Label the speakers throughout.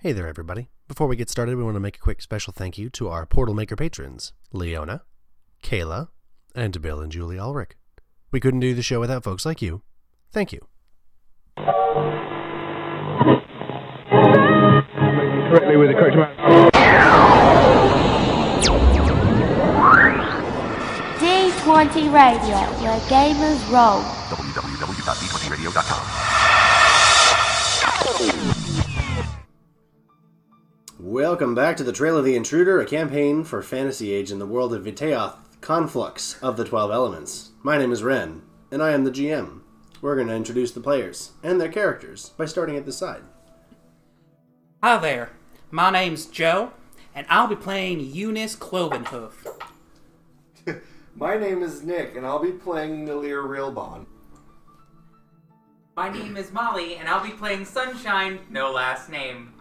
Speaker 1: Hey there, everybody. Before we get started, we want to make a quick special thank you to our Portal Maker patrons, Leona, Kayla, and Bill and Julie Ulrich. We couldn't do the show without folks like you. Thank you.
Speaker 2: correctly with the correct amount.
Speaker 3: D20 Radio, where gamers roll.
Speaker 1: Welcome back to the Trail of the Intruder, a campaign for Fantasy Age in the world of Vitaoth, Conflux of the Twelve Elements. My name is Ren, and I am the GM. We're going to introduce the players and their characters by starting at the side.
Speaker 4: Hi there, my name's Joe, and I'll be playing Eunice Clovenhoof.
Speaker 5: My name is Nick, and I'll be playing Nalir Rilbon.
Speaker 6: My name is Molly, and I'll be playing Sunshine, no last name.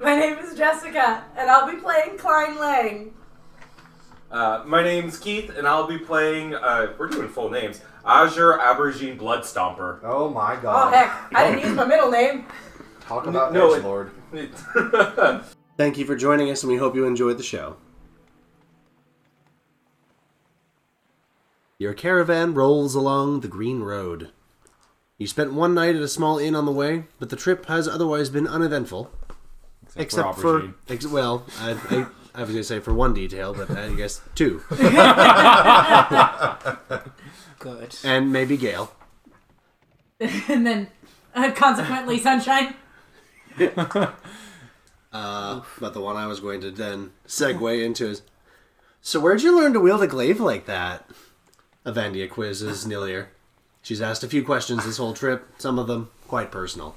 Speaker 7: My name is Jessica, and I'll be playing Klein Lang.
Speaker 8: Uh, my name's Keith, and I'll be playing. Uh, we're doing full names. Azure Aborigine Bloodstomper.
Speaker 5: Oh my
Speaker 7: Oh
Speaker 5: god.
Speaker 7: heck, I didn't use my middle name.
Speaker 5: Talk about
Speaker 8: No,
Speaker 5: no,
Speaker 8: it-
Speaker 5: Lord.
Speaker 1: Thank you for joining us, and we hope you enjoyed the show. Your caravan rolls along the green road. You spent one night at a small inn on the way, but the trip has otherwise been uneventful. Except, for, ex- well, I, I, I was going to say for one detail, but I guess two,
Speaker 4: Good.
Speaker 1: and maybe Gale.
Speaker 7: And then, uh, consequently, Sunshine.
Speaker 1: But the one I was going to then segue into is, so where'd you learn to wield a glaive like that? Avandia quizzes Nilier. She's asked a few questions this whole trip, some of them quite personal.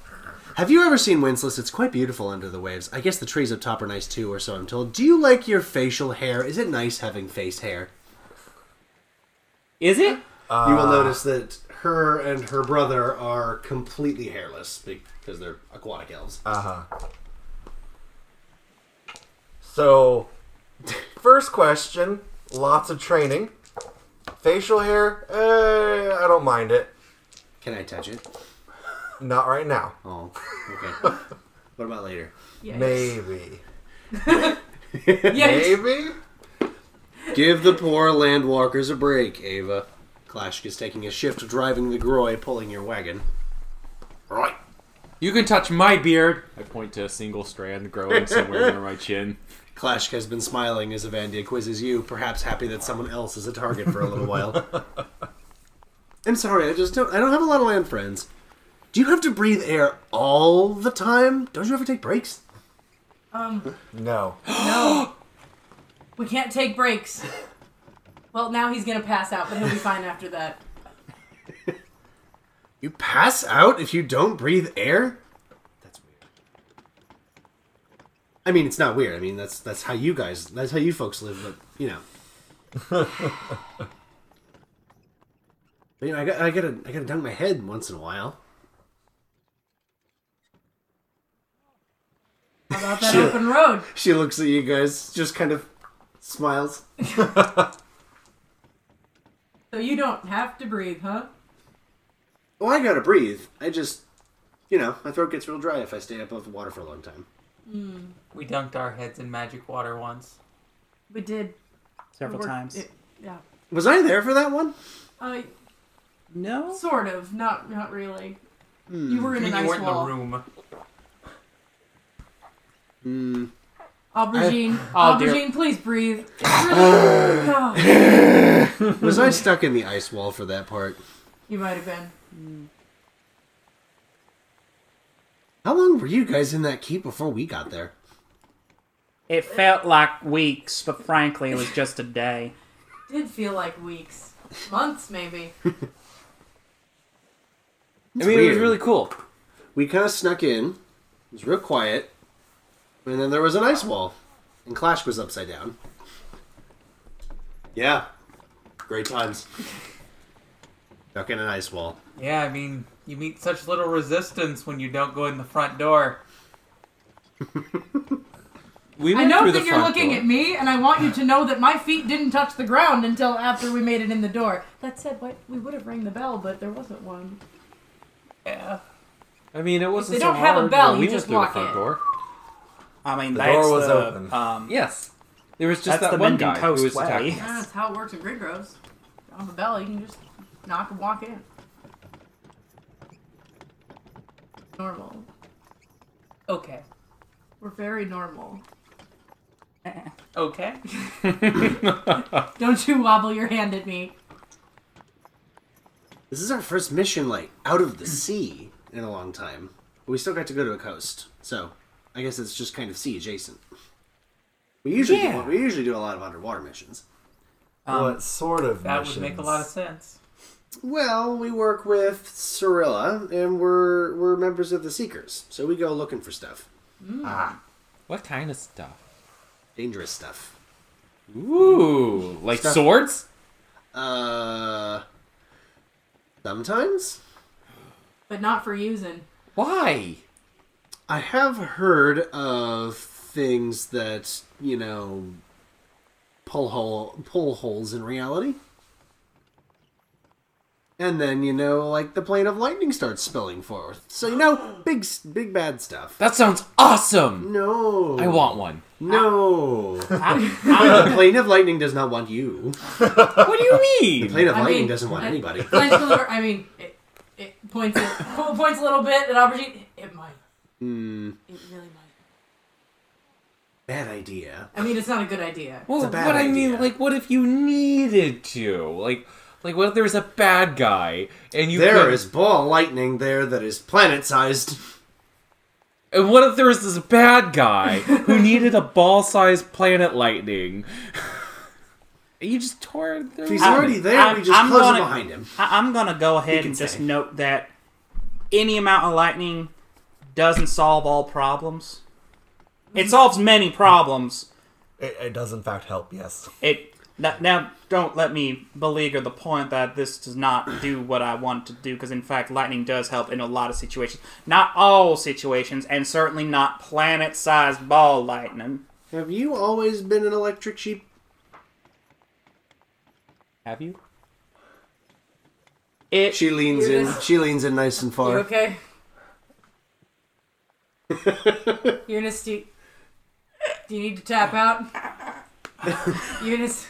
Speaker 1: Have you ever seen Winsless? It's quite beautiful under the waves. I guess the trees up top are nice too, or so I'm told. Do you like your facial hair? Is it nice having face hair?
Speaker 4: Is it?
Speaker 1: you will notice that her and her brother are completely hairless because they're aquatic elves.
Speaker 5: So, first question lots of training. Facial hair, eh, I don't mind it.
Speaker 1: Can I touch it?
Speaker 5: Not right now.
Speaker 1: Oh, okay. what about later?
Speaker 5: Maybe.
Speaker 7: Yikes.
Speaker 5: Maybe?
Speaker 1: Give the poor landwalkers a break, Ava. Clash is taking a shift driving the Groy, pulling your wagon. Right.
Speaker 9: You can touch my beard. I point to a single strand growing somewhere near my chin.
Speaker 1: Clash has been smiling as Avandia quizzes you, perhaps happy that someone else is a target for a little while. I'm sorry, I just don't. I don't have a lot of land friends. Do you have to breathe air all the time? Don't you ever take breaks?
Speaker 5: No.
Speaker 7: We can't take breaks. Well, now he's gonna pass out, but he'll be fine after that.
Speaker 1: You pass out if you don't breathe air? That's weird. I mean, it's not weird. I mean, that's that's how you guys, that's how you folks live, but, you know. but, you know, I got I got to I got to dunk my head once in a while.
Speaker 7: How about that open road?
Speaker 1: She looks at you guys, just kind of smiles.
Speaker 7: So you don't have to breathe, huh?
Speaker 1: Well, I got to breathe. I just, you know, my throat gets real dry if I stay above the water for a long time.
Speaker 6: We dunked our heads in magic water once.
Speaker 7: We did.
Speaker 4: Several
Speaker 7: We're-
Speaker 4: times.
Speaker 7: it- yeah.
Speaker 1: Was I there for that one?
Speaker 7: Uh,
Speaker 4: no? Hmm.
Speaker 7: sort of. Not. Not really. You were in an
Speaker 6: you
Speaker 7: ice
Speaker 6: weren't
Speaker 7: wall.
Speaker 6: in the room.
Speaker 7: Aubergine.
Speaker 4: Oh, dear.
Speaker 7: Aubergine, please breathe. It's really- Oh,
Speaker 1: Was I stuck in the ice wall for that part?
Speaker 7: you might have been.
Speaker 1: How long were you guys in that keep before we got there?
Speaker 4: It felt like weeks, but frankly, it was just a day.
Speaker 7: Did feel like weeks, months maybe.
Speaker 9: I mean, it was
Speaker 1: weird.
Speaker 9: really cool.
Speaker 1: we kind of snuck in. It was real quiet. And then there was an ice wall. And Clash was upside down. Yeah. Great times. Stuck in an ice wall.
Speaker 6: Yeah, I mean, you meet such little resistance when you don't go in the front door.
Speaker 9: We
Speaker 7: I
Speaker 9: went
Speaker 7: know
Speaker 9: through the
Speaker 7: that you're
Speaker 9: front
Speaker 7: looking
Speaker 9: door.
Speaker 7: at me, and I want you to know that my feet didn't touch the ground until after we made it in the door. That said, what, we would have rang the bell, but there wasn't one.
Speaker 6: Yeah.
Speaker 9: I mean, it wasn't
Speaker 7: they
Speaker 9: so
Speaker 7: don't have a
Speaker 9: hard
Speaker 7: bell,
Speaker 9: when
Speaker 7: you
Speaker 9: we
Speaker 7: just
Speaker 9: went through
Speaker 7: walk
Speaker 9: the
Speaker 7: in.
Speaker 9: front door.
Speaker 4: I mean,
Speaker 5: The
Speaker 4: that's
Speaker 5: door was
Speaker 4: the,
Speaker 5: open.
Speaker 4: Um,
Speaker 9: Yes. There was just
Speaker 4: That's
Speaker 9: that
Speaker 4: the
Speaker 9: one
Speaker 4: mending
Speaker 9: guy
Speaker 4: post
Speaker 9: who was
Speaker 4: way.
Speaker 9: attacking.
Speaker 7: Yeah, Ah, that's how it works at Grid Groves. Don't have a bell, you can just knock and walk in. Normal.
Speaker 4: okay.
Speaker 7: We're very normal.
Speaker 4: Okay.
Speaker 7: Don't you wobble your hand at me.
Speaker 1: This is our first mission, like, out of the sea in a long time. But we still got to go to a coast, so I guess it's just kind of sea adjacent. We usually
Speaker 4: Yeah.
Speaker 1: do, we usually do a lot of underwater missions.
Speaker 5: what sort of
Speaker 6: That
Speaker 5: missions?
Speaker 6: would make a lot of sense.
Speaker 1: Well, we work with Cirilla, and we're we're members of the Seekers, so we go looking for stuff,
Speaker 9: What kind of stuff?
Speaker 1: dangerous stuff.
Speaker 9: Ooh, like swords?
Speaker 1: Uh, sometimes
Speaker 7: But not for using.
Speaker 9: Why?
Speaker 1: I have heard of things that you know pull hole pull holes in reality, and then you know like the plane of lightning starts spilling forth. So you know big s- big bad stuff.
Speaker 9: That sounds awesome.
Speaker 1: No,
Speaker 9: I want one.
Speaker 1: no. the plane of lightning does not want you.
Speaker 9: What do you mean?
Speaker 1: Plane of
Speaker 7: I
Speaker 1: lightning
Speaker 7: mean,
Speaker 1: doesn't want
Speaker 7: I-
Speaker 1: anybody.
Speaker 7: Flange deliver. I mean, it, it points it po- points a little bit at Aubergine. It might. It really might.
Speaker 1: Bad idea.
Speaker 7: I mean, it's not a good idea.
Speaker 9: Well,
Speaker 1: It's a bad
Speaker 9: what I mean,
Speaker 1: idea.
Speaker 9: like, what if you needed to? Like, like, what if there was a bad guy and you?
Speaker 1: There
Speaker 9: could-
Speaker 1: is ball lightning there that is planet sized.
Speaker 9: And what if there was this bad guy who needed a ball-sized planet lightning? you just tore it through.
Speaker 1: He's
Speaker 4: I'm-
Speaker 1: already there. we
Speaker 4: I'm-
Speaker 1: just
Speaker 4: I'm
Speaker 1: close
Speaker 4: gonna-
Speaker 1: it behind him.
Speaker 4: I- I'm gonna go ahead
Speaker 1: can
Speaker 4: and just
Speaker 1: say.
Speaker 4: note that any amount of lightning doesn't solve all problems.
Speaker 1: Mm-hmm.
Speaker 4: It solves many problems.
Speaker 5: It, it does, in fact, help. Yes.
Speaker 4: It now, now don't let me beleaguer the point that this does not do what I want to do because in fact lightning does help in a lot of situations, not all situations, and certainly not planet-sized ball lightning.
Speaker 1: Have you always been an electric sheep?
Speaker 9: Have you?
Speaker 4: It
Speaker 1: She leans
Speaker 7: Hear
Speaker 1: in.
Speaker 7: this?
Speaker 1: She leans in nice and
Speaker 7: You
Speaker 1: far.
Speaker 7: okay? Eunice, do you, do you need to tap out? Eunice,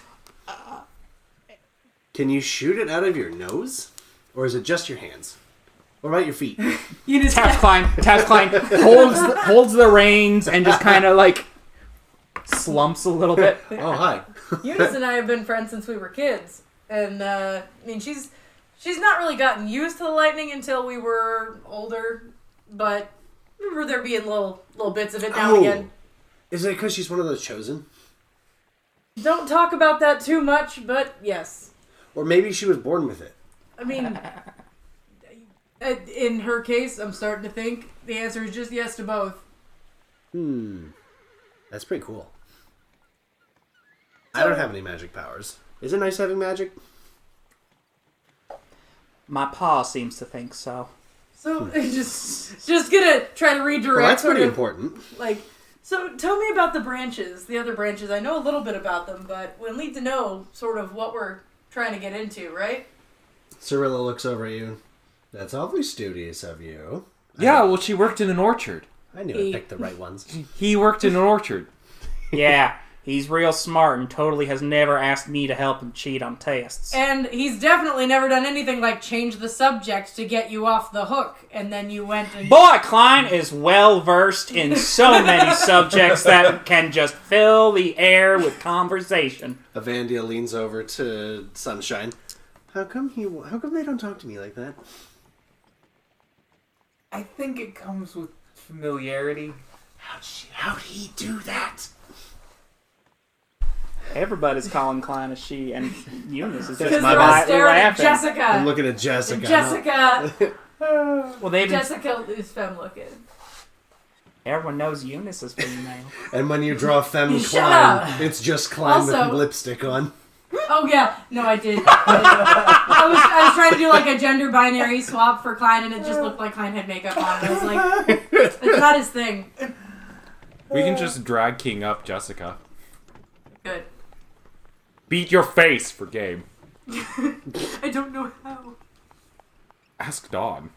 Speaker 1: Can you shoot it out of your nose, or is it just your hands? What about your feet?
Speaker 7: Eunice,
Speaker 4: Taps Klein, Taps Klein holds the, holds the reins and just kind of like slumps a little bit.
Speaker 1: Oh hi.
Speaker 7: Eunice and I have been friends since we were kids, and uh, I mean she's she's not really gotten used to the lightning until we were older, but I remember there being little little bits of it
Speaker 1: Oh.
Speaker 7: now and again.
Speaker 1: Is it because she's one of those chosen?
Speaker 7: Don't talk about that too much, but yes,
Speaker 1: Or maybe she was born with it.
Speaker 7: I mean, uh, in her case, I'm starting to think the answer is just yes to both.
Speaker 1: That's pretty cool. I don't have any magic powers. Is it nice having magic?
Speaker 4: My pa seems to think so.
Speaker 7: So just just gonna try to redirect.
Speaker 1: Hmm. Well, that's
Speaker 7: sort
Speaker 1: pretty
Speaker 7: of,
Speaker 1: important.
Speaker 7: Like, so tell me about the branches, the other branches. I know a little bit about them, but we'll need to know sort of what we're trying to get into, right?
Speaker 1: Cirilla looks over at you. That's awfully studious of you.
Speaker 9: Yeah. Well, she worked in an orchard.
Speaker 1: I knew I picked the right ones.
Speaker 9: He worked in an orchard.
Speaker 4: Yeah, he's real smart and totally has never asked me to help him cheat on tests.
Speaker 7: And he's definitely never done anything like change the subject to get you off the hook, and then you went and
Speaker 4: Boy, Klein is well versed in so many subjects that can just fill the air with conversation.
Speaker 1: Avandia leans over to Sunshine. How come he? How come they don't talk to me like that?
Speaker 6: I think it comes with familiarity.
Speaker 1: How'd he do that?
Speaker 4: Everybody's calling Klein a she, and Eunice is just
Speaker 7: because they're all
Speaker 4: quietly
Speaker 7: staring at
Speaker 4: laughing.
Speaker 1: I'm
Speaker 7: Jessica.
Speaker 1: looking at Jessica.
Speaker 7: Uh, Jessica,
Speaker 4: Well, they've been,
Speaker 7: Jessica is femme looking.
Speaker 4: everyone knows Eunice is female.
Speaker 1: And when you draw Femme
Speaker 7: Shut
Speaker 1: Klein, it's just Klein with
Speaker 7: Also-
Speaker 1: lipstick on.
Speaker 7: Oh yeah, no, I did. I was, I was trying to do like a gender binary swap for Klein, and it just looked like Klein had makeup on. I was like, it's not his thing.
Speaker 9: We can just drag King up, Jessica.
Speaker 7: Good.
Speaker 9: Beat your face for game.
Speaker 7: I don't know how.
Speaker 9: Ask Dawn.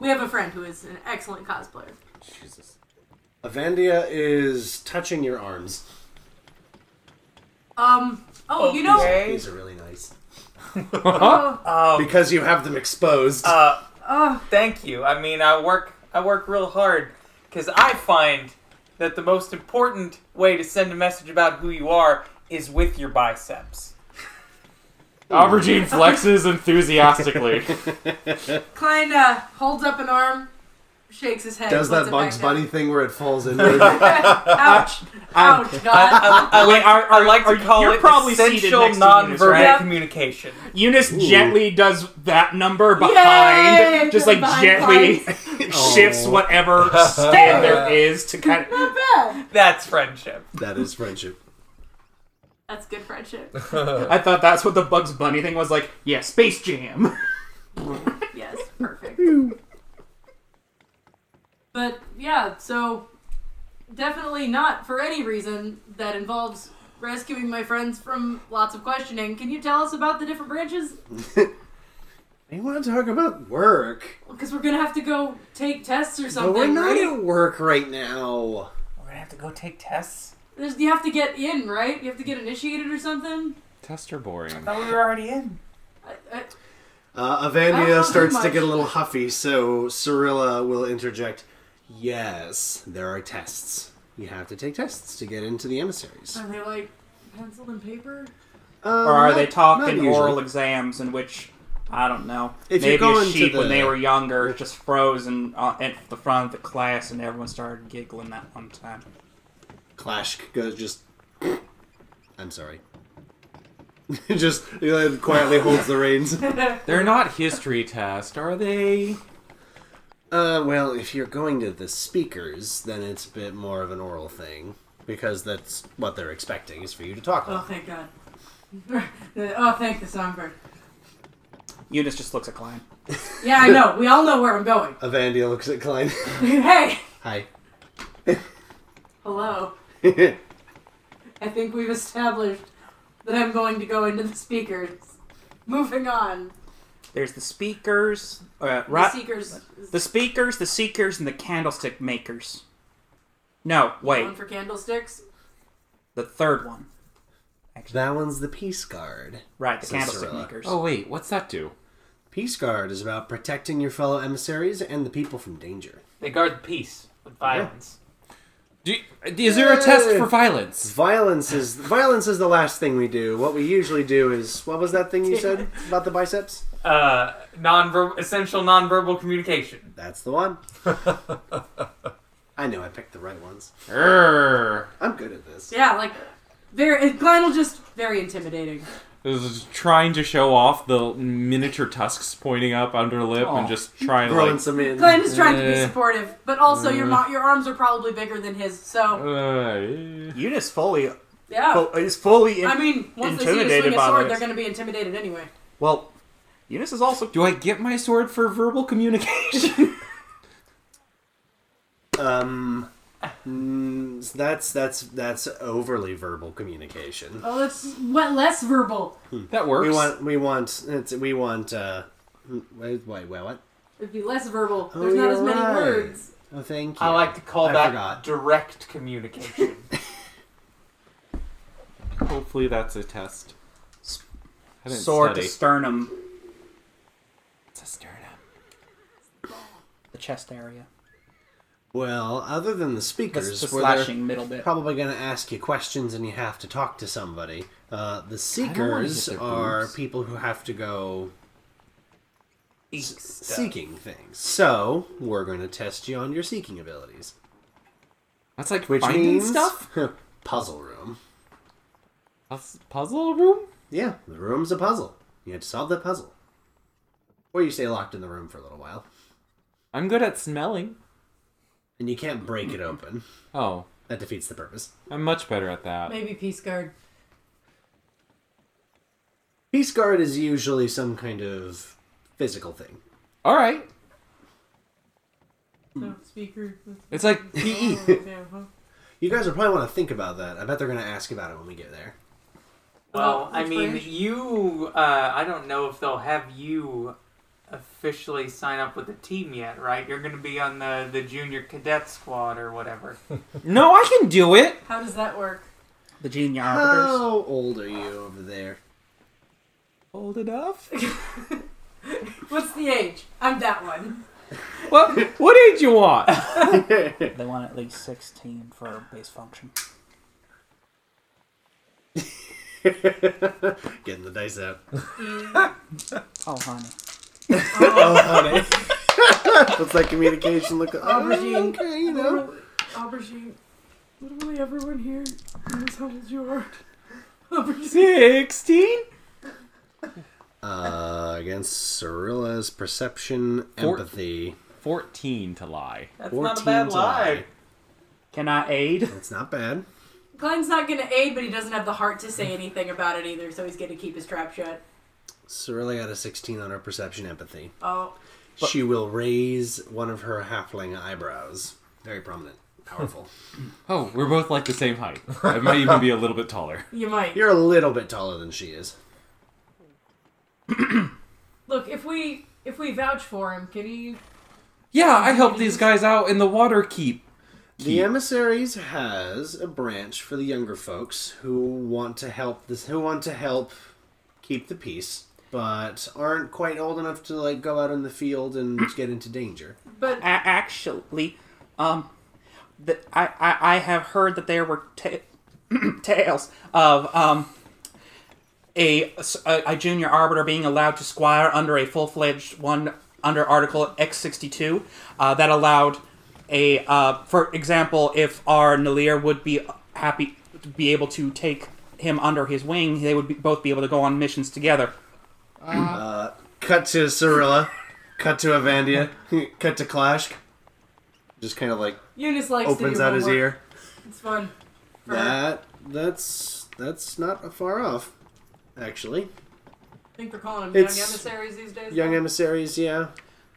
Speaker 7: We have a friend who is an excellent cosplayer.
Speaker 9: Jesus.
Speaker 1: Avandia is touching your arms.
Speaker 7: Um. Oh, you know.
Speaker 4: Okay.
Speaker 1: These are really nice.
Speaker 7: Uh,
Speaker 1: Because you have them exposed.
Speaker 6: Uh,
Speaker 7: uh,
Speaker 6: thank you. I mean, I work I work real hard because I find that the most important way to send a message about who you are is with your biceps.
Speaker 9: Aubergine flexes enthusiastically.
Speaker 7: Klein uh, holds up an arm, shakes his head.
Speaker 1: Does
Speaker 7: puts
Speaker 1: that
Speaker 7: it
Speaker 1: Bugs
Speaker 7: back down.
Speaker 1: Bunny thing where it falls inward?
Speaker 7: Ouch! Ouch! God.
Speaker 6: I, I, I like,
Speaker 4: are-
Speaker 6: I like
Speaker 4: are-
Speaker 6: to call
Speaker 4: you're
Speaker 6: it
Speaker 4: probably seated
Speaker 6: essential
Speaker 4: next to Eunice,
Speaker 6: nonverbal
Speaker 7: right?
Speaker 6: communication.
Speaker 4: Eunice gently does that number behind,
Speaker 7: Yay!
Speaker 4: just like
Speaker 7: Behind
Speaker 4: gently shifts
Speaker 1: Oh.
Speaker 4: whatever stand there is to kind of.
Speaker 7: Not bad.
Speaker 6: That's friendship.
Speaker 1: that is friendship.
Speaker 7: That's good friendship.
Speaker 4: I thought that's what the Bugs Bunny thing was like. Yeah, Space Jam.
Speaker 7: Yes, perfect. but yeah, so definitely not for any reason that involves rescuing my friends from lots of questioning. Can you tell us about the different branches?
Speaker 1: You want to talk about work?
Speaker 7: Because we're gonna have to go take tests or something.
Speaker 1: But we're not
Speaker 7: right?
Speaker 1: at work right now.
Speaker 6: We're gonna have to go take tests.
Speaker 7: There's, you have to get in, right? You have to get initiated or something.
Speaker 9: Tests are boring.
Speaker 6: Thought we were already in.
Speaker 7: I, I,
Speaker 1: Uh,
Speaker 7: I don't know
Speaker 1: Avandia starts to
Speaker 7: much.
Speaker 1: get a little huffy, so Cirilla will interject. Yes, there are tests. You have to take tests to get into the emissaries. Uh,
Speaker 7: are they like pencil and paper?
Speaker 4: or are they
Speaker 1: in
Speaker 4: talking oral exams in which I don't know.
Speaker 1: If you
Speaker 4: maybe
Speaker 1: go
Speaker 4: a
Speaker 1: into
Speaker 4: sheep when
Speaker 1: the-
Speaker 4: they were younger just froze and uh, at the front of the class, and everyone started giggling that one time.
Speaker 1: Clash goes just. I'm sorry. just you know, quietly holds the reins.
Speaker 9: They're not history tests, are they?
Speaker 1: Uh, well, if you're going to the speakers, then it's a bit more of an oral thing because that's what they're expecting is for you to talk
Speaker 7: Oh,
Speaker 1: about.
Speaker 7: thank God. oh, thank the songbird.
Speaker 4: Eunice just looks at Klein.
Speaker 7: Yeah, I know. We all know where I'm going.
Speaker 1: Avandia looks at Klein.
Speaker 7: hey,
Speaker 1: Hi.
Speaker 7: hello.
Speaker 1: That's
Speaker 7: I think we've established that I'm going to go into the speakers. Moving on.
Speaker 4: There's the speakers, uh,
Speaker 7: The
Speaker 4: right?
Speaker 7: seekers. is
Speaker 4: the speakers, the seekers, and the candlestick makers. No, wait,
Speaker 7: One for candlesticks.
Speaker 4: the third one.
Speaker 1: that one's the peace guard.
Speaker 4: Right, the
Speaker 1: Says
Speaker 4: candlestick
Speaker 1: Cirilla.
Speaker 4: makers.
Speaker 9: Oh wait, what's that do?
Speaker 1: Peace guard is about protecting your fellow emissaries and the people from danger.
Speaker 6: They guard the peace with violence.
Speaker 9: do you- is there a test for violence?
Speaker 1: Violence is violence is the last thing we do. What we usually do is what was that thing you said about the biceps?
Speaker 6: Uh, nonver- essential nonverbal communication.
Speaker 1: That's the one. I know I picked the right ones.
Speaker 9: Err.
Speaker 1: I'm good at this.
Speaker 7: Yeah, like very. and Glenn will just very intimidating.
Speaker 9: This is trying to show off the miniature tusks pointing up under lip and just trying to
Speaker 1: Throwing
Speaker 9: like.
Speaker 1: some in.
Speaker 7: Glenn is trying to be
Speaker 9: Eh.
Speaker 7: supportive, but also your
Speaker 4: Mm.
Speaker 7: mo- your arms are probably bigger than his. So
Speaker 9: Uh,
Speaker 4: Eunice fully
Speaker 7: yeah.
Speaker 4: is fully. In,
Speaker 7: I mean, once they see you
Speaker 4: uh, intimidated
Speaker 7: swing a
Speaker 4: by
Speaker 7: sword,
Speaker 4: this.
Speaker 7: they're going to be intimidated anyway.
Speaker 4: well, Eunice is also
Speaker 9: do I get my sword for verbal communication?
Speaker 1: Um, mm, so that's that's that's overly verbal communication.
Speaker 7: Oh, that's what less verbal.
Speaker 9: that works.
Speaker 1: We want we want it's, we want uh wait wait, wait what?
Speaker 7: It'd be less verbal.
Speaker 1: Oh,
Speaker 7: There's not
Speaker 1: you're
Speaker 7: as many
Speaker 1: right.
Speaker 7: words.
Speaker 1: Oh, thank you.
Speaker 6: I like to call
Speaker 1: I
Speaker 6: that
Speaker 1: forgot.
Speaker 6: direct communication.
Speaker 9: Hopefully that's a test. I didn't
Speaker 4: sword
Speaker 9: study.
Speaker 4: to sternum,
Speaker 9: It's a sternum.
Speaker 4: the chest area.
Speaker 1: Well, other than the
Speaker 4: That's
Speaker 1: speakers,
Speaker 4: the
Speaker 1: where they're
Speaker 4: slashing middle bit.
Speaker 1: probably going to ask you questions and you have to talk to somebody. Uh, the
Speaker 9: wanna
Speaker 1: seekers
Speaker 9: hit their
Speaker 1: are
Speaker 9: boobs.
Speaker 1: people who have to go
Speaker 6: Eek stuff.
Speaker 1: seeking things. So we're going to test you on your seeking abilities,
Speaker 9: That's like
Speaker 1: which
Speaker 9: finding
Speaker 1: means
Speaker 9: stuff.
Speaker 1: puzzle room.
Speaker 9: Puz- Puzzle room.
Speaker 1: Yeah, the room's a puzzle. You have to solve that puzzle. Or you stay locked in the room for a little while.
Speaker 9: I'm good at smelling.
Speaker 1: And you can't break it open.
Speaker 9: Oh,
Speaker 1: That defeats the purpose.
Speaker 9: I'm much better at that.
Speaker 7: Maybe peace guard.
Speaker 1: Peace guard is usually some kind of physical thing.
Speaker 9: All right.
Speaker 7: No, Oh, speaker.
Speaker 9: It's like E. PE.
Speaker 1: You guys will probably want to think about that. I bet they're going to ask about it when we get there.
Speaker 6: Well,
Speaker 7: Well,
Speaker 6: I
Speaker 7: which
Speaker 6: mean,
Speaker 7: branch?
Speaker 6: you. Uh, I don't know if they'll have you officially sign up with the team yet, right? You're going to be on the, the junior cadet squad or whatever.
Speaker 9: No, I can do it.
Speaker 7: How does that work?
Speaker 4: The junior arbiters.
Speaker 1: How old are you over there?
Speaker 9: Old enough?
Speaker 7: What's the age? I'm that one.
Speaker 9: What? What age you want?
Speaker 4: They want at least 16 for base function.
Speaker 1: Getting the dice out.
Speaker 4: Oh, honey.
Speaker 1: What's that communication look like?
Speaker 7: Aubergine.
Speaker 1: Oh, okay, you know.
Speaker 7: Aubergine. Literally everyone here knows how old you are. Aubergine.
Speaker 9: Sixteen?
Speaker 1: Uh, against Cyrilla's perception,
Speaker 9: Four-
Speaker 1: empathy.
Speaker 9: Fourteen to lie.
Speaker 6: That's not a
Speaker 1: 14
Speaker 6: bad
Speaker 1: to
Speaker 6: lie.
Speaker 4: Can I aid?
Speaker 1: That's not bad.
Speaker 7: Glenn's not going to aid, but he doesn't have the heart to say anything about it either, so he's going to keep his trap shut.
Speaker 1: Cyrilla got a 16 on her perception empathy.
Speaker 7: Oh.
Speaker 1: she will raise one of her halfling eyebrows. Very prominent. Powerful.
Speaker 9: Oh, we're both like the same height. I might even be a little bit taller.
Speaker 7: You might.
Speaker 1: You're a little bit taller than she is.
Speaker 7: Look, if we if we vouch for him, can he
Speaker 9: Yeah, I helped these guys out in the water keep.
Speaker 1: The emissaries has a branch for the younger folks who want to help this who want to help keep the peace, but aren't quite old enough to like go out in the field and get into danger.
Speaker 7: but
Speaker 4: A- actually, um, the, I, I I have heard that there were ta- tales of um a, a a junior arbiter being allowed to squire under a full fledged one under Article X sixty two uh, that allowed a uh, for example if our Nalir would be happy to be able to take him under his wing they would be, both be able to go on missions together.
Speaker 1: Cut to Cyrilla. cut to Avandia. cut to Clash. Just kind of like
Speaker 7: Eunice likes to
Speaker 1: opens
Speaker 7: do
Speaker 1: out his
Speaker 7: homework.
Speaker 1: ear.
Speaker 7: It's fun. For her.
Speaker 1: That that's that's not far off, actually.
Speaker 7: I think they're calling him
Speaker 1: It's-
Speaker 7: young emissaries these days.
Speaker 1: Young emissaries, yeah.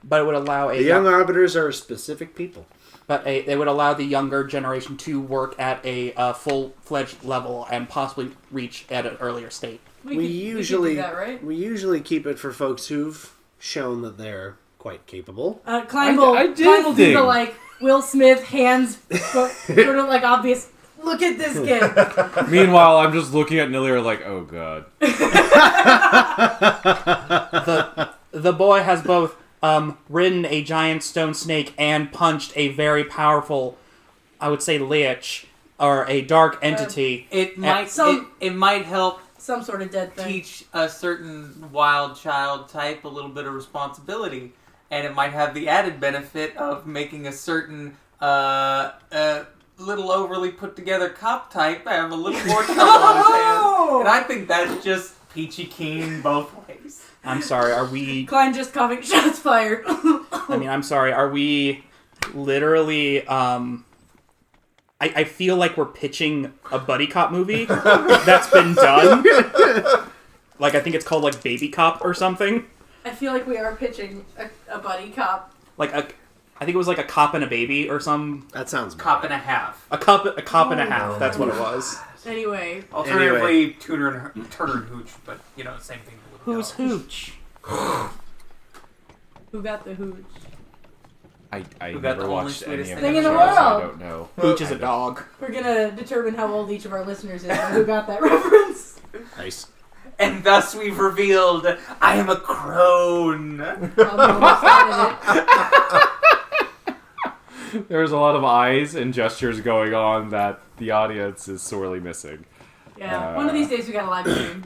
Speaker 4: But it would allow a
Speaker 1: The young arbiters are specific people.
Speaker 4: but a, they would allow the younger generation to work at a uh, full-fledged level and possibly reach at an earlier state.
Speaker 1: We
Speaker 7: we, could- we could do
Speaker 1: usually
Speaker 7: that, right?
Speaker 1: we usually keep it for folks who've shown that they're quite capable.
Speaker 7: Uh, Klein will,
Speaker 9: I did
Speaker 7: Klein will do the
Speaker 9: think.
Speaker 7: like Will Smith hands, but sort of like obvious. Look at this kid.
Speaker 9: Meanwhile, I'm just looking at Nillier like, oh god.
Speaker 4: The boy has both um, ridden a giant stone snake and punched a very powerful, I would say, lich or a dark entity.
Speaker 6: It might
Speaker 7: some-
Speaker 6: it, it might help
Speaker 7: Some sort of dead thing.
Speaker 6: teach a certain wild child type a little bit of responsibility, and it might have the added benefit of making a certain uh, uh, little overly put together cop type have a little more trouble on his hands. And I think that's just peachy keen both ways.
Speaker 4: I'm sorry. Are we?
Speaker 7: Klein just coughing. Shots fired.
Speaker 4: I mean, I'm sorry. Are we literally? Um, I, I feel like we're pitching a buddy cop movie that's been done. Like I think it's called like Baby Cop or something.
Speaker 7: I feel like we are pitching a, a buddy cop.
Speaker 4: like a I think it was like a cop and a baby or some
Speaker 1: That sounds
Speaker 6: Cop and a half.
Speaker 4: a cop a cop and a half.
Speaker 9: Oh.
Speaker 4: That's what it was.
Speaker 7: Anyway,
Speaker 6: Alternatively, Tudor and Turner and Hooch, but you know, same thing. with dogs.
Speaker 4: Hooch?
Speaker 7: who got the hooch?
Speaker 9: I,
Speaker 6: got
Speaker 9: I
Speaker 6: the
Speaker 9: never
Speaker 6: only
Speaker 9: watched any
Speaker 6: sweetest
Speaker 9: of
Speaker 6: thing
Speaker 7: in
Speaker 9: the
Speaker 7: the
Speaker 9: shows, so I
Speaker 7: world?
Speaker 9: don't know.
Speaker 4: Hooch is a dog.
Speaker 7: We're gonna determine how old each of our listeners is. by Who got that reference?
Speaker 1: Nice.
Speaker 6: And thus we've revealed I am a crone.
Speaker 7: I'll be almost out of it.
Speaker 9: There's a lot of eyes and gestures going on that the audience is sorely missing.
Speaker 7: Yeah, one of these days we got a live stream.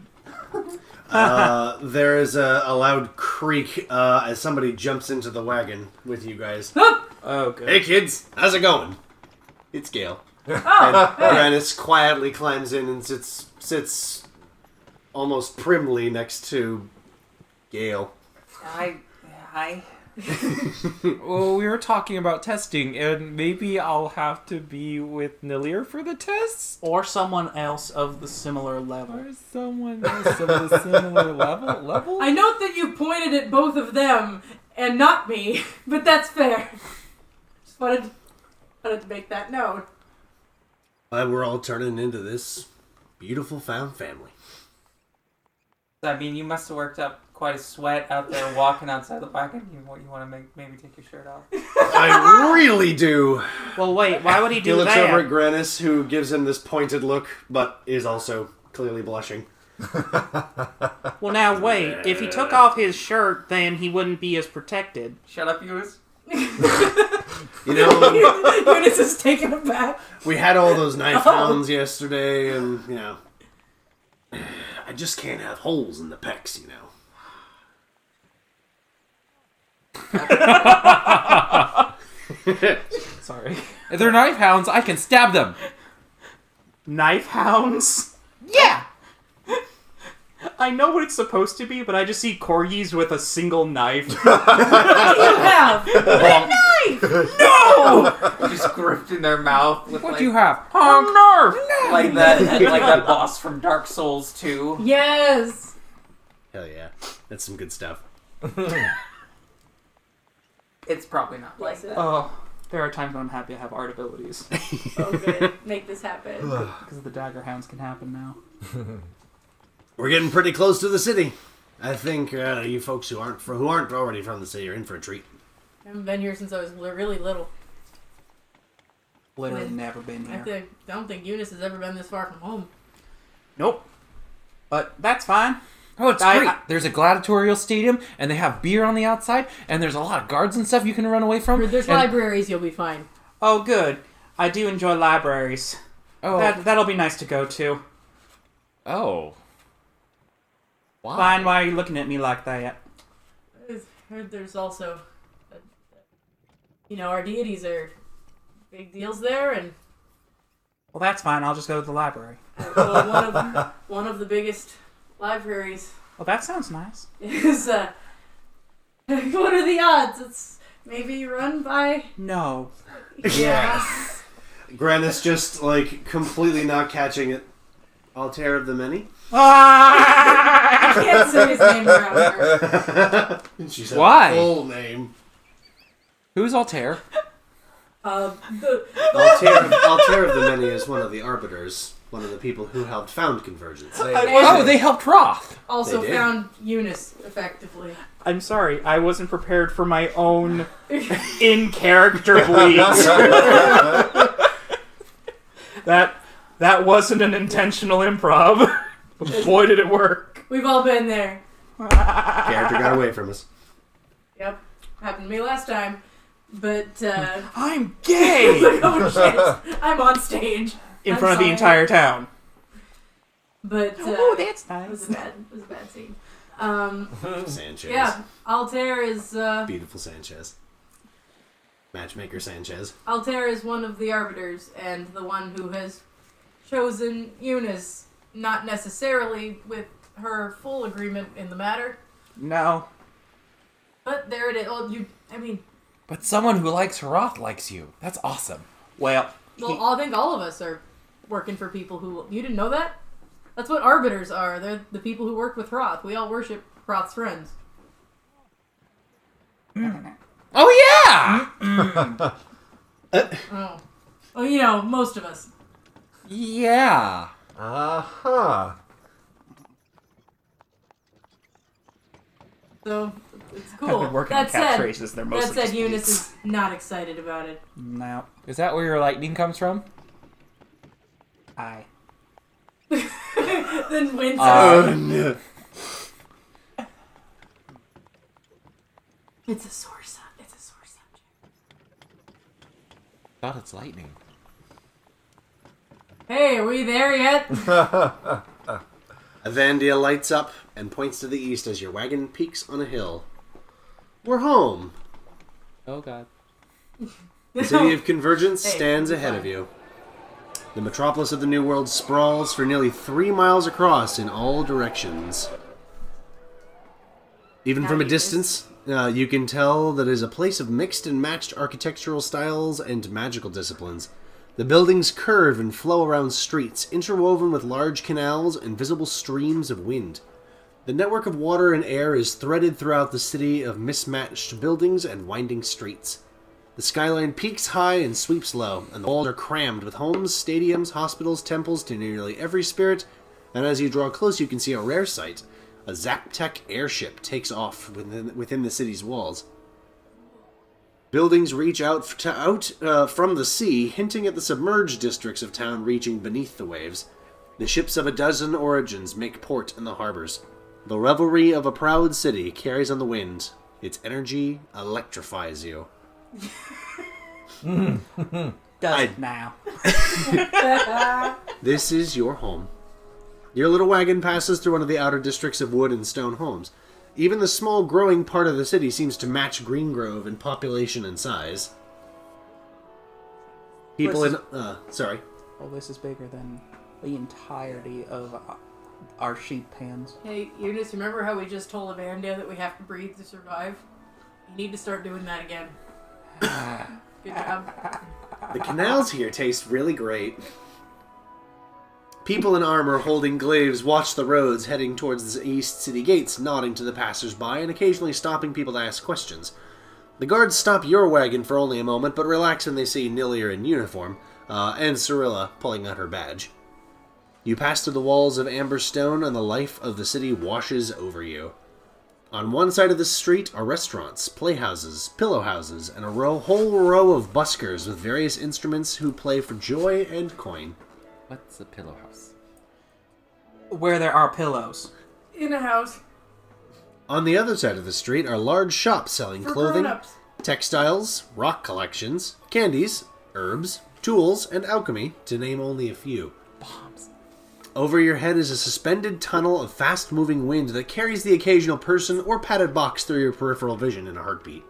Speaker 1: Uh, there is a, a loud creak uh, as somebody jumps into the wagon with you guys.
Speaker 4: Oh good.
Speaker 1: Hey kids, how's it going? It's Gail.
Speaker 7: Oh, hey.
Speaker 1: Rennis quietly climbs in and sits sits almost primly next to Gail.
Speaker 6: I, I
Speaker 9: Well, we were talking about testing, and maybe I'll have to be with Nilir for the test?
Speaker 4: Or someone else of the similar level.
Speaker 9: Or someone else of a similar level? level?
Speaker 7: I note that you pointed at both of them and not me, but that's fair. Just wanted, wanted to make that known.
Speaker 1: But we're all turning into this beautiful found family.
Speaker 6: I mean, you must have worked up quite a sweat out there walking outside the wagon. You, you want to make, maybe take your shirt off.
Speaker 1: I really do.
Speaker 4: Well, wait. Why would he
Speaker 1: He
Speaker 4: do
Speaker 1: looks
Speaker 4: that?
Speaker 1: over at Granis, who gives him this pointed look, but is also clearly blushing.
Speaker 4: well, now wait. If he took off his shirt, then he wouldn't be as protected.
Speaker 6: Shut up, Eunice.
Speaker 1: You know,
Speaker 7: Eunice is taken aback.
Speaker 1: we had all those knife rounds yesterday, and you know, I just can't have holes in the pecs. You know,
Speaker 4: Sorry.
Speaker 9: If they're knife hounds, I can stab them.
Speaker 4: Knife hounds.
Speaker 9: Yeah.
Speaker 4: I know what it's supposed to be, but I just see corgis with a single knife.
Speaker 7: What do you have? A knife!
Speaker 6: Just gripped in their mouth. With
Speaker 9: What
Speaker 6: like,
Speaker 9: do you have? Honk.
Speaker 6: Like that, like that boss from Dark Souls 2.
Speaker 7: Yes.
Speaker 1: hell yeah, that's some good stuff.
Speaker 6: It's probably not.
Speaker 7: Bless it.
Speaker 4: oh, there are times when I'm happy I have art abilities
Speaker 7: Oh, good. Make this happen.
Speaker 4: because the dagger hounds can happen now.
Speaker 1: We're getting pretty close to the city. I think uh, you folks who aren't fro- who aren't already from the city are in for a treat.
Speaker 7: I haven't been here since I was li- really little.
Speaker 4: Literally
Speaker 7: When-
Speaker 4: never been
Speaker 7: I,
Speaker 4: here.
Speaker 7: think, I don't think Eunice has ever been this far from home.
Speaker 4: Nope. But that's fine.
Speaker 9: Oh, it's
Speaker 4: I-
Speaker 9: great.
Speaker 4: I-
Speaker 9: there's a gladiatorial stadium, and they have beer on the outside, and there's a lot of guards and stuff you can run away from.
Speaker 7: There's
Speaker 9: and,
Speaker 7: libraries, you'll be fine.
Speaker 4: Oh, good. I do enjoy libraries.
Speaker 9: Oh,
Speaker 4: That that'll be nice to go to.
Speaker 9: oh. Why?
Speaker 4: Fine. Why are you looking at me like that?
Speaker 7: I've heard there's also, uh, you know, our deities are big deals there, and
Speaker 4: Well, that's fine. I'll just go to the library.
Speaker 7: well, uh, one of one of the biggest libraries
Speaker 4: Well, that sounds nice.
Speaker 7: is. Uh, what are the odds? It's maybe run by.
Speaker 4: No.
Speaker 7: Yes.
Speaker 1: Granis just like completely not catching it. Altair of the many.
Speaker 4: Ah!
Speaker 7: I can't say his name around here.
Speaker 1: She said
Speaker 9: Why?
Speaker 1: the Full name.
Speaker 9: Who's Altair?
Speaker 7: Um, the,
Speaker 1: Altair of, Altair of the many is one of the arbiters, one of the people who helped found Convergence.
Speaker 9: Oh, they helped Roth.
Speaker 7: also
Speaker 1: They did.
Speaker 7: found Eunice effectively.
Speaker 4: I'm sorry. I wasn't prepared for my own in character bleeds. that that wasn't an intentional improv. But boy, did it work.
Speaker 7: We've all been there.
Speaker 1: Character got away from us.
Speaker 7: Yep, happened to me last time. But uh,
Speaker 4: I'm gay
Speaker 7: oh shit, I'm on stage.
Speaker 4: in
Speaker 7: I'm
Speaker 4: front of the
Speaker 7: sorry.
Speaker 4: entire town.
Speaker 7: But uh,
Speaker 4: Oh, that's
Speaker 7: It was
Speaker 4: nice.
Speaker 7: a bad, it was a bad scene. Um,
Speaker 4: Oh,
Speaker 1: Sanchez.
Speaker 7: yeah, Altair is uh,
Speaker 1: Beautiful Sanchez. Matchmaker Sanchez.
Speaker 7: Altair is one of the arbiters and the one who has chosen Eunice, not necessarily with her full agreement in the matter,
Speaker 4: No.
Speaker 7: but there it is. Well, you, I mean,
Speaker 9: But someone who likes Roth likes you. That's awesome.
Speaker 4: Well,
Speaker 7: well, all- I think all of us are working for people who you didn't know that. That's what arbiters are. They're the people who work with Roth. We all worship Roth's friends.
Speaker 9: Oh yeah.
Speaker 7: Oh, well, you know, most of us.
Speaker 9: Yeah.
Speaker 5: Uh huh.
Speaker 7: So it's
Speaker 4: I've
Speaker 7: cool.
Speaker 4: been working on
Speaker 7: that
Speaker 4: cat
Speaker 7: said,
Speaker 4: phrases. They're
Speaker 7: that
Speaker 4: mostly
Speaker 7: said,
Speaker 4: just
Speaker 7: Eunice
Speaker 4: bleats.
Speaker 7: is not excited about it.
Speaker 4: No.
Speaker 9: Is that where your lightning comes from?
Speaker 4: I.
Speaker 7: then wins.
Speaker 1: Oh, no.
Speaker 7: it's a sore subject. It's a sore subject.
Speaker 9: Thought it's lightning.
Speaker 7: Hey, are we there yet?
Speaker 1: Avandia lights up and points to the east as your wagon peaks on a hill. We're home.
Speaker 9: Oh god.
Speaker 1: The city of Convergence
Speaker 7: Hey,
Speaker 1: stands
Speaker 7: it's
Speaker 1: ahead
Speaker 7: fine.
Speaker 1: of you. The metropolis of the New World sprawls for nearly three miles across in all directions. Even from a
Speaker 7: Fabulous.
Speaker 1: distance, uh, you can tell that it is a place of mixed and matched architectural styles and magical disciplines. The buildings curve and flow around streets, interwoven with large canals and visible streams of wind. The network of water and air is threaded throughout the city of mismatched buildings and winding streets. The skyline peaks high and sweeps low, and the walls are crammed with homes, stadiums, hospitals, temples to nearly every spirit. And as you draw close, you can see a rare sight a Zaptec airship takes off within, within the city's walls. Buildings reach out, f- to out uh, from the sea, hinting at the submerged districts of town reaching beneath the waves. The ships of a dozen origins make port in the harbors. The revelry of a proud city carries on the wind. Its energy electrifies you.
Speaker 4: Does
Speaker 1: I-
Speaker 4: it now.
Speaker 1: This is your home. Your little wagon passes through one of the outer districts of wood and stone homes. Even the small growing part of the city seems to match Greengrove in population and size. People in uh sorry.
Speaker 4: Oh, this is bigger than the entirety of uh, our sheep pans.
Speaker 7: Hey, Eunice, remember how we just told Amanda that we have to breathe to survive? You need to start doing that again. Good job.
Speaker 1: The canals here taste really great. People in armor holding glaives watch the roads heading towards the east city gates, nodding to the passersby and occasionally stopping people to ask questions. The guards stop your wagon for only a moment, but relax when they see Nillier in uniform, uh, and Cirilla pulling out her badge. You pass through the walls of Amberstone, and the life of the city washes over you. On one side of the street are restaurants, playhouses, pillow houses, and a row, whole row of buskers with various instruments who play for joy and coin.
Speaker 9: What's a pillow house?
Speaker 4: Where there are pillows.
Speaker 7: In a house
Speaker 1: On the other side of the street are large shops selling
Speaker 7: for
Speaker 1: clothing,
Speaker 7: grown-ups.
Speaker 1: textiles, rock collections, candies, herbs, tools, and alchemy, to name only a few. Bombs. Over your head is a suspended tunnel of fast moving wind that carries the occasional person or padded box through your peripheral vision in a heartbeat.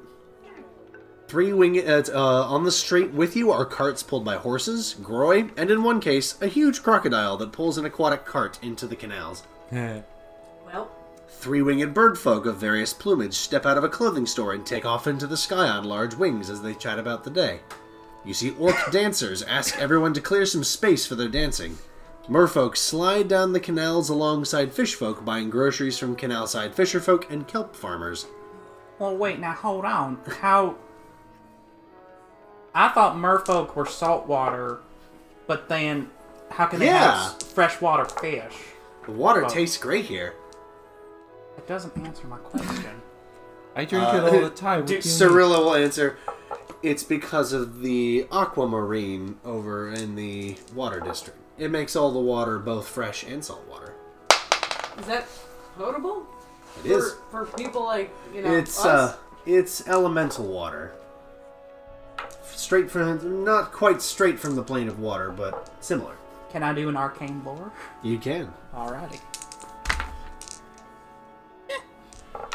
Speaker 1: Three wing uh, uh, on the street with you are carts pulled by horses, groi, and in one case, a huge crocodile that pulls an aquatic cart into the canals.
Speaker 7: Well,
Speaker 1: Three winged bird folk of various plumage step out of a clothing store and take off into the sky on large wings as they chat about the day. You see orc dancers ask everyone to clear some space for their dancing. Merfolk slide down the canals alongside fishfolk buying groceries from canalside fisherfolk and kelp farmers.
Speaker 4: Well, wait, now hold on. How. I thought merfolk were saltwater, but then how can they have
Speaker 1: Yeah.
Speaker 4: s- freshwater fish?
Speaker 1: The water tastes great here.
Speaker 4: It doesn't answer my question.
Speaker 9: I drink it all the time. What
Speaker 1: Dude,
Speaker 9: do you
Speaker 1: Cirilla will answer. It's because of the aquamarine over in the water district. It makes all the water both fresh and saltwater.
Speaker 7: is that potable?
Speaker 1: It is.
Speaker 7: For, for people like, you know,
Speaker 1: It's
Speaker 7: us?
Speaker 1: uh, it's elemental water. Straight from, not quite straight from the plane of water, but similar.
Speaker 4: can I do an arcane lore?
Speaker 1: You can.
Speaker 4: Alrighty.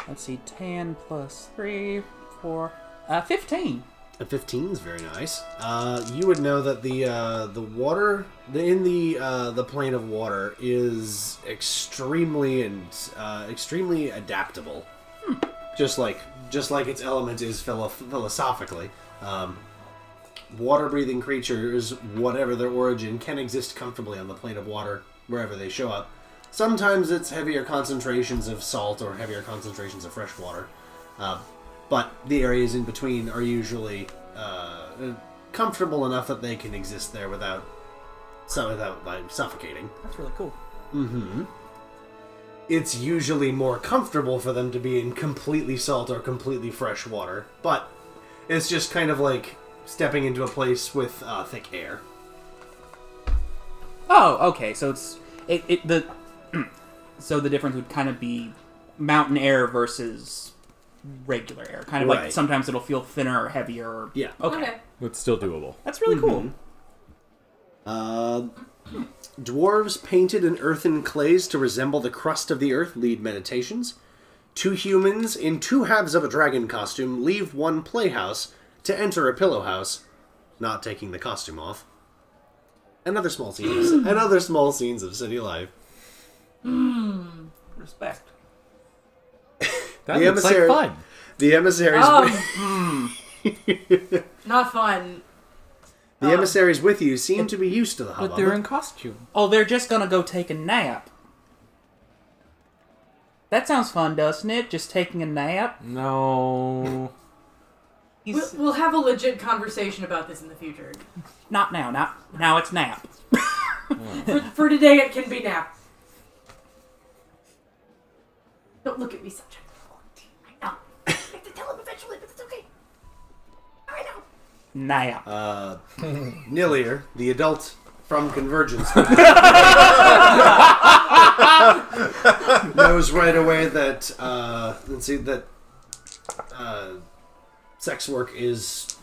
Speaker 4: Let's see, 10 plus 3, 4, uh, 15.
Speaker 1: A 15 is very nice. Uh, you would know that the uh, the water the, in the uh, the plane of water is extremely and uh, extremely adaptable. Just like just like its element is philo- philosophically, um, water breathing creatures, whatever their origin, can exist comfortably on the plane of water wherever they show up. Sometimes it's heavier concentrations of salt or heavier concentrations of fresh water. Uh, but the areas in between are usually uh, comfortable enough that they can exist there without so without like, suffocating.
Speaker 4: That's really cool.
Speaker 1: It's usually more comfortable for them to be in completely salt or completely fresh water, but it's just kind of like stepping into a place with uh, thick air.
Speaker 4: Oh, okay. So it's it, it the so the difference would kind of be mountain air versus regular air. Kind of like
Speaker 1: Right.
Speaker 4: sometimes it'll feel thinner or heavier. Or,
Speaker 1: Yeah.
Speaker 4: Okay. Mm-hmm.
Speaker 7: Okay.
Speaker 9: mean? It's still doable.
Speaker 4: That's really cool.
Speaker 1: Uh, dwarves painted in earthen clays to resemble the crust of the earth lead meditations. Two humans in two halves of a dragon costume leave one playhouse to enter a pillow house, not taking the costume off. Another small scene. another small scenes of city life.
Speaker 6: Respect.
Speaker 9: That
Speaker 1: The
Speaker 9: looks like
Speaker 1: emissary-
Speaker 9: fun.
Speaker 1: The emissaries.
Speaker 7: Um,
Speaker 1: with-
Speaker 7: not fun.
Speaker 1: the emissaries with you seem to be used to the
Speaker 9: But
Speaker 1: hubbub.
Speaker 9: they're in costume.
Speaker 4: Oh, they're just gonna go take a nap. That sounds fun, doesn't it? Just taking a nap.
Speaker 9: No.
Speaker 7: We'll,
Speaker 4: He's
Speaker 7: we'll have a legit conversation about this in the future.
Speaker 4: not now. Not now. It's nap.
Speaker 7: For today, it can be nap. Don't look at me, subject. I know. I have to tell him eventually, but it's okay. I know.
Speaker 4: Naya.
Speaker 1: Nillier, the adult from Convergence, knows right away that uh, let's see that uh, sex work is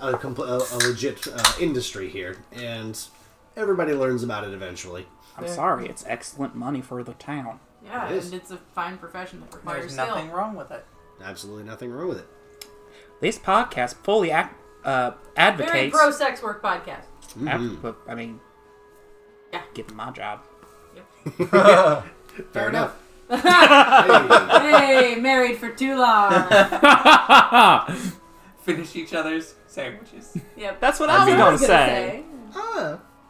Speaker 1: a, compl- a, a legit uh, industry here, and everybody learns about it eventually.
Speaker 4: I'm sorry, it's excellent money for the town.
Speaker 7: Yeah,
Speaker 1: It is.
Speaker 7: and it's a fine profession that requires
Speaker 6: There's
Speaker 7: skill.
Speaker 6: nothing wrong with it.
Speaker 1: Absolutely nothing wrong with it.
Speaker 4: This podcast fully ac uh,
Speaker 7: Very
Speaker 4: advocates.
Speaker 7: pro sex work podcast.
Speaker 4: ab- but, I mean,
Speaker 7: Yeah.
Speaker 4: give them my job.
Speaker 1: Fair enough.
Speaker 7: hey, married for too long.
Speaker 6: Finish each other's sandwiches.
Speaker 7: Yep.
Speaker 4: That's what
Speaker 7: That's
Speaker 4: I was
Speaker 7: what
Speaker 4: gonna say.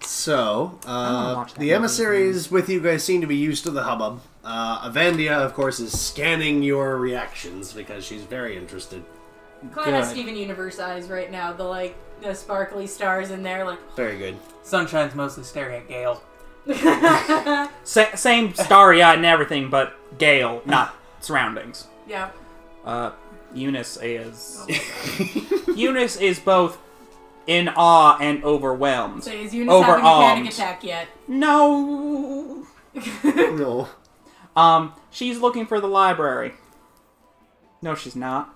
Speaker 1: So,
Speaker 4: wanna
Speaker 1: uh,
Speaker 4: watch that
Speaker 1: the
Speaker 4: movie.
Speaker 1: emissaries with you guys seem to be used to the hubbub. Uh, Avandia, of course, is scanning your reactions because she's very interested.
Speaker 7: Kind of
Speaker 4: Good.
Speaker 7: Steven Universe eyes right now. The like the sparkly stars in there, like
Speaker 1: Very good.
Speaker 6: Sunshine's mostly staring at Gale.
Speaker 4: Sa- same starry eye and everything, but Gale, not surroundings.
Speaker 7: yeah.
Speaker 4: Uh, Eunice is. Eunice is both in awe and overwhelmed.
Speaker 7: So is Eunice having a panic
Speaker 4: Overarmed.
Speaker 7: attack yet?
Speaker 4: No.
Speaker 1: No.
Speaker 4: Um, she's looking for the library. No, she's not.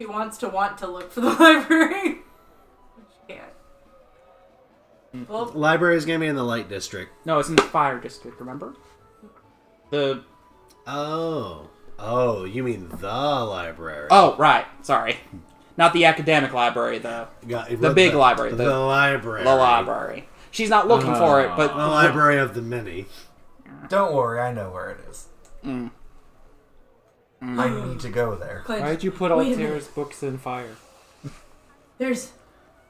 Speaker 7: She wants to want to look for the library. She can't. Well,
Speaker 1: Library is going to be in the light district.
Speaker 4: No, it's in the fire district. Remember? The
Speaker 1: Oh. Oh, you mean the library.
Speaker 4: oh right, sorry, not the academic library, the
Speaker 1: Got-
Speaker 4: the big library,
Speaker 1: The,
Speaker 4: the-
Speaker 1: library.
Speaker 4: the library. She's not looking for it, but
Speaker 1: The library of the many.
Speaker 5: Don't worry, I know where it is. I need to go there.
Speaker 7: Clint,
Speaker 9: Why'd you put
Speaker 7: Wait a
Speaker 9: Altair's books in fire?
Speaker 7: there's.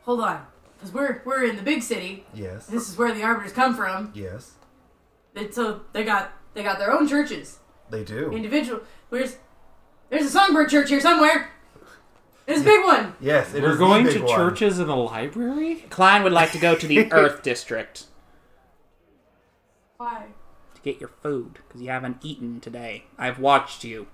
Speaker 7: Hold on, because we're we're in the big city.
Speaker 5: Yes.
Speaker 7: This is where the arbiters come from.
Speaker 5: Yes.
Speaker 7: And so they got they got their own churches.
Speaker 5: They do.
Speaker 7: Individual. There's there's a songbird church here somewhere. There's a big one.
Speaker 5: Yes, it
Speaker 9: We're
Speaker 5: is
Speaker 9: going
Speaker 5: the
Speaker 9: to
Speaker 5: big one.
Speaker 9: churches and a library?
Speaker 4: Klein would like to go to the Earth District
Speaker 7: Why?
Speaker 4: to get your food because you haven't eaten today. I've watched you.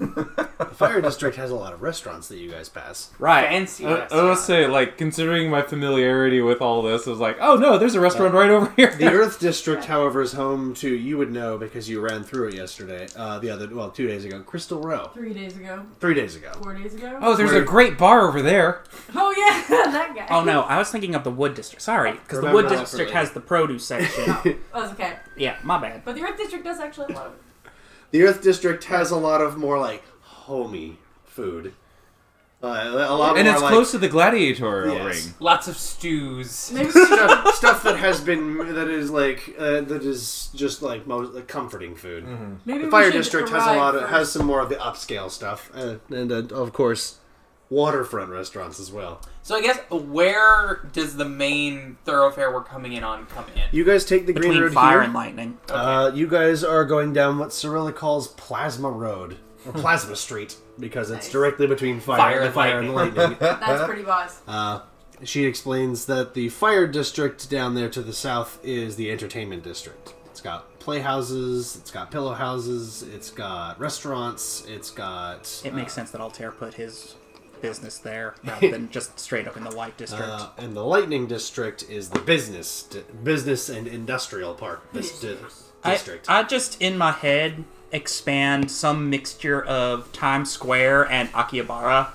Speaker 1: The fire district has a lot of restaurants that you guys pass.
Speaker 4: Right.
Speaker 6: Fancy
Speaker 9: I,
Speaker 1: Uh,
Speaker 9: I will
Speaker 6: restaurant.
Speaker 9: say, like, considering my familiarity with all this, I was like, oh no, there's a restaurant right over here.
Speaker 1: The Earth District, however, is home to you would know because you ran through it yesterday. Uh, the other, well, two days ago, Crystal Row.
Speaker 7: Three days ago.
Speaker 1: Three days ago.
Speaker 7: Four days ago.
Speaker 9: oh, there's a
Speaker 1: Where-
Speaker 9: great bar over there.
Speaker 7: Oh yeah, that guy.
Speaker 4: Oh no, I was thinking of the Wood District. Sorry, because the
Speaker 1: Remember
Speaker 4: Wood
Speaker 1: that for
Speaker 4: District
Speaker 1: later.
Speaker 4: has the produce section.
Speaker 7: That was Oh, okay.
Speaker 4: yeah, my bad.
Speaker 7: But the Earth District does actually have a lot of.
Speaker 1: The Earth District has a lot of more like homey food. Uh, a lot
Speaker 9: And
Speaker 1: more
Speaker 9: it's
Speaker 1: like
Speaker 9: close to the gladiatorial
Speaker 1: Yes.
Speaker 9: ring.
Speaker 6: Lots of stews.
Speaker 7: Maybe we should-
Speaker 1: stuff, stuff that has been that is like uh, that is just like most like, comforting food.
Speaker 7: maybe
Speaker 1: The
Speaker 7: we
Speaker 1: Fire
Speaker 7: should
Speaker 1: District has a
Speaker 7: arrive
Speaker 1: lot of
Speaker 7: first.
Speaker 1: has some more of the upscale stuff, uh, and uh, of course, waterfront restaurants as well.
Speaker 6: So I guess where does the main thoroughfare we're coming in on come in?
Speaker 1: You guys take the green
Speaker 4: Between
Speaker 1: road
Speaker 4: fire
Speaker 1: here.
Speaker 4: and lightning.
Speaker 1: Uh, you guys are going down what Cyrilla calls Plasma Road or Plasma Street because it's
Speaker 7: Nice.
Speaker 1: directly between fire,
Speaker 6: Fire
Speaker 1: the
Speaker 6: and
Speaker 1: fire and lightning.
Speaker 7: That's pretty boss.
Speaker 1: She explains that the fire district down there to the south is the entertainment district. It's got playhouses, it's got pillow houses, it's got restaurants, it's got
Speaker 4: It makes sense that Altair put his business there rather than just straight up in the Light District.
Speaker 1: uh, and the lightning district is the business di- business and industrial park dis- di-
Speaker 4: I,
Speaker 1: district.
Speaker 4: I just in my head expand some mixture of Times Square and Akihabara,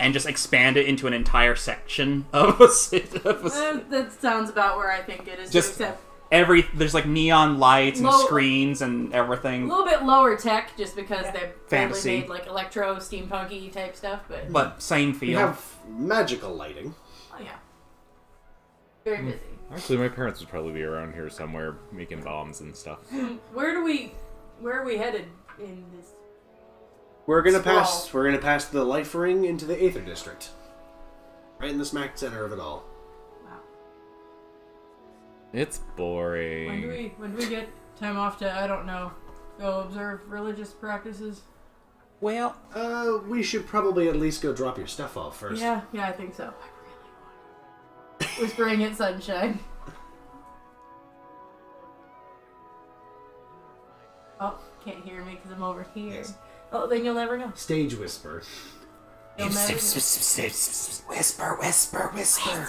Speaker 4: and just expand it into an entire section of a city. Of a city.
Speaker 7: Uh, that sounds about where I think it is.
Speaker 4: Just-
Speaker 7: except
Speaker 4: Every there's like neon lights and
Speaker 7: Low-
Speaker 4: screens and
Speaker 7: a
Speaker 4: everything,
Speaker 7: little bit lower tech, just because they probably
Speaker 4: Fantasy.
Speaker 7: made like electro steampunky type stuff. But
Speaker 1: Mm.
Speaker 4: but same
Speaker 1: you
Speaker 4: feel.
Speaker 1: have magical lighting.
Speaker 7: oh, yeah,
Speaker 1: Mm.
Speaker 7: very busy.
Speaker 9: Actually, my parents would probably be around here somewhere making bombs and stuff.
Speaker 7: Where do we? Where are we headed in this?
Speaker 1: We're gonna
Speaker 7: Sprawl.
Speaker 1: pass. We're gonna pass the life ring into the aether district, right in the smack center of it all.
Speaker 7: Wow.
Speaker 9: It's
Speaker 7: When do
Speaker 9: boring.
Speaker 1: Mm.
Speaker 7: we? When do we get time off to? I don't know. Go observe religious practices.
Speaker 4: well,
Speaker 1: Uh, we should probably at least go drop your stuff off first.
Speaker 7: Yeah, yeah, I think so. I really want it. Whispering at sunshine. Oh, can't hear me because I'm over here.
Speaker 1: Yes.
Speaker 7: Oh, then you'll never know.
Speaker 1: Stage whisper.
Speaker 7: You'll never know.
Speaker 9: Whisper, whisper, whisper.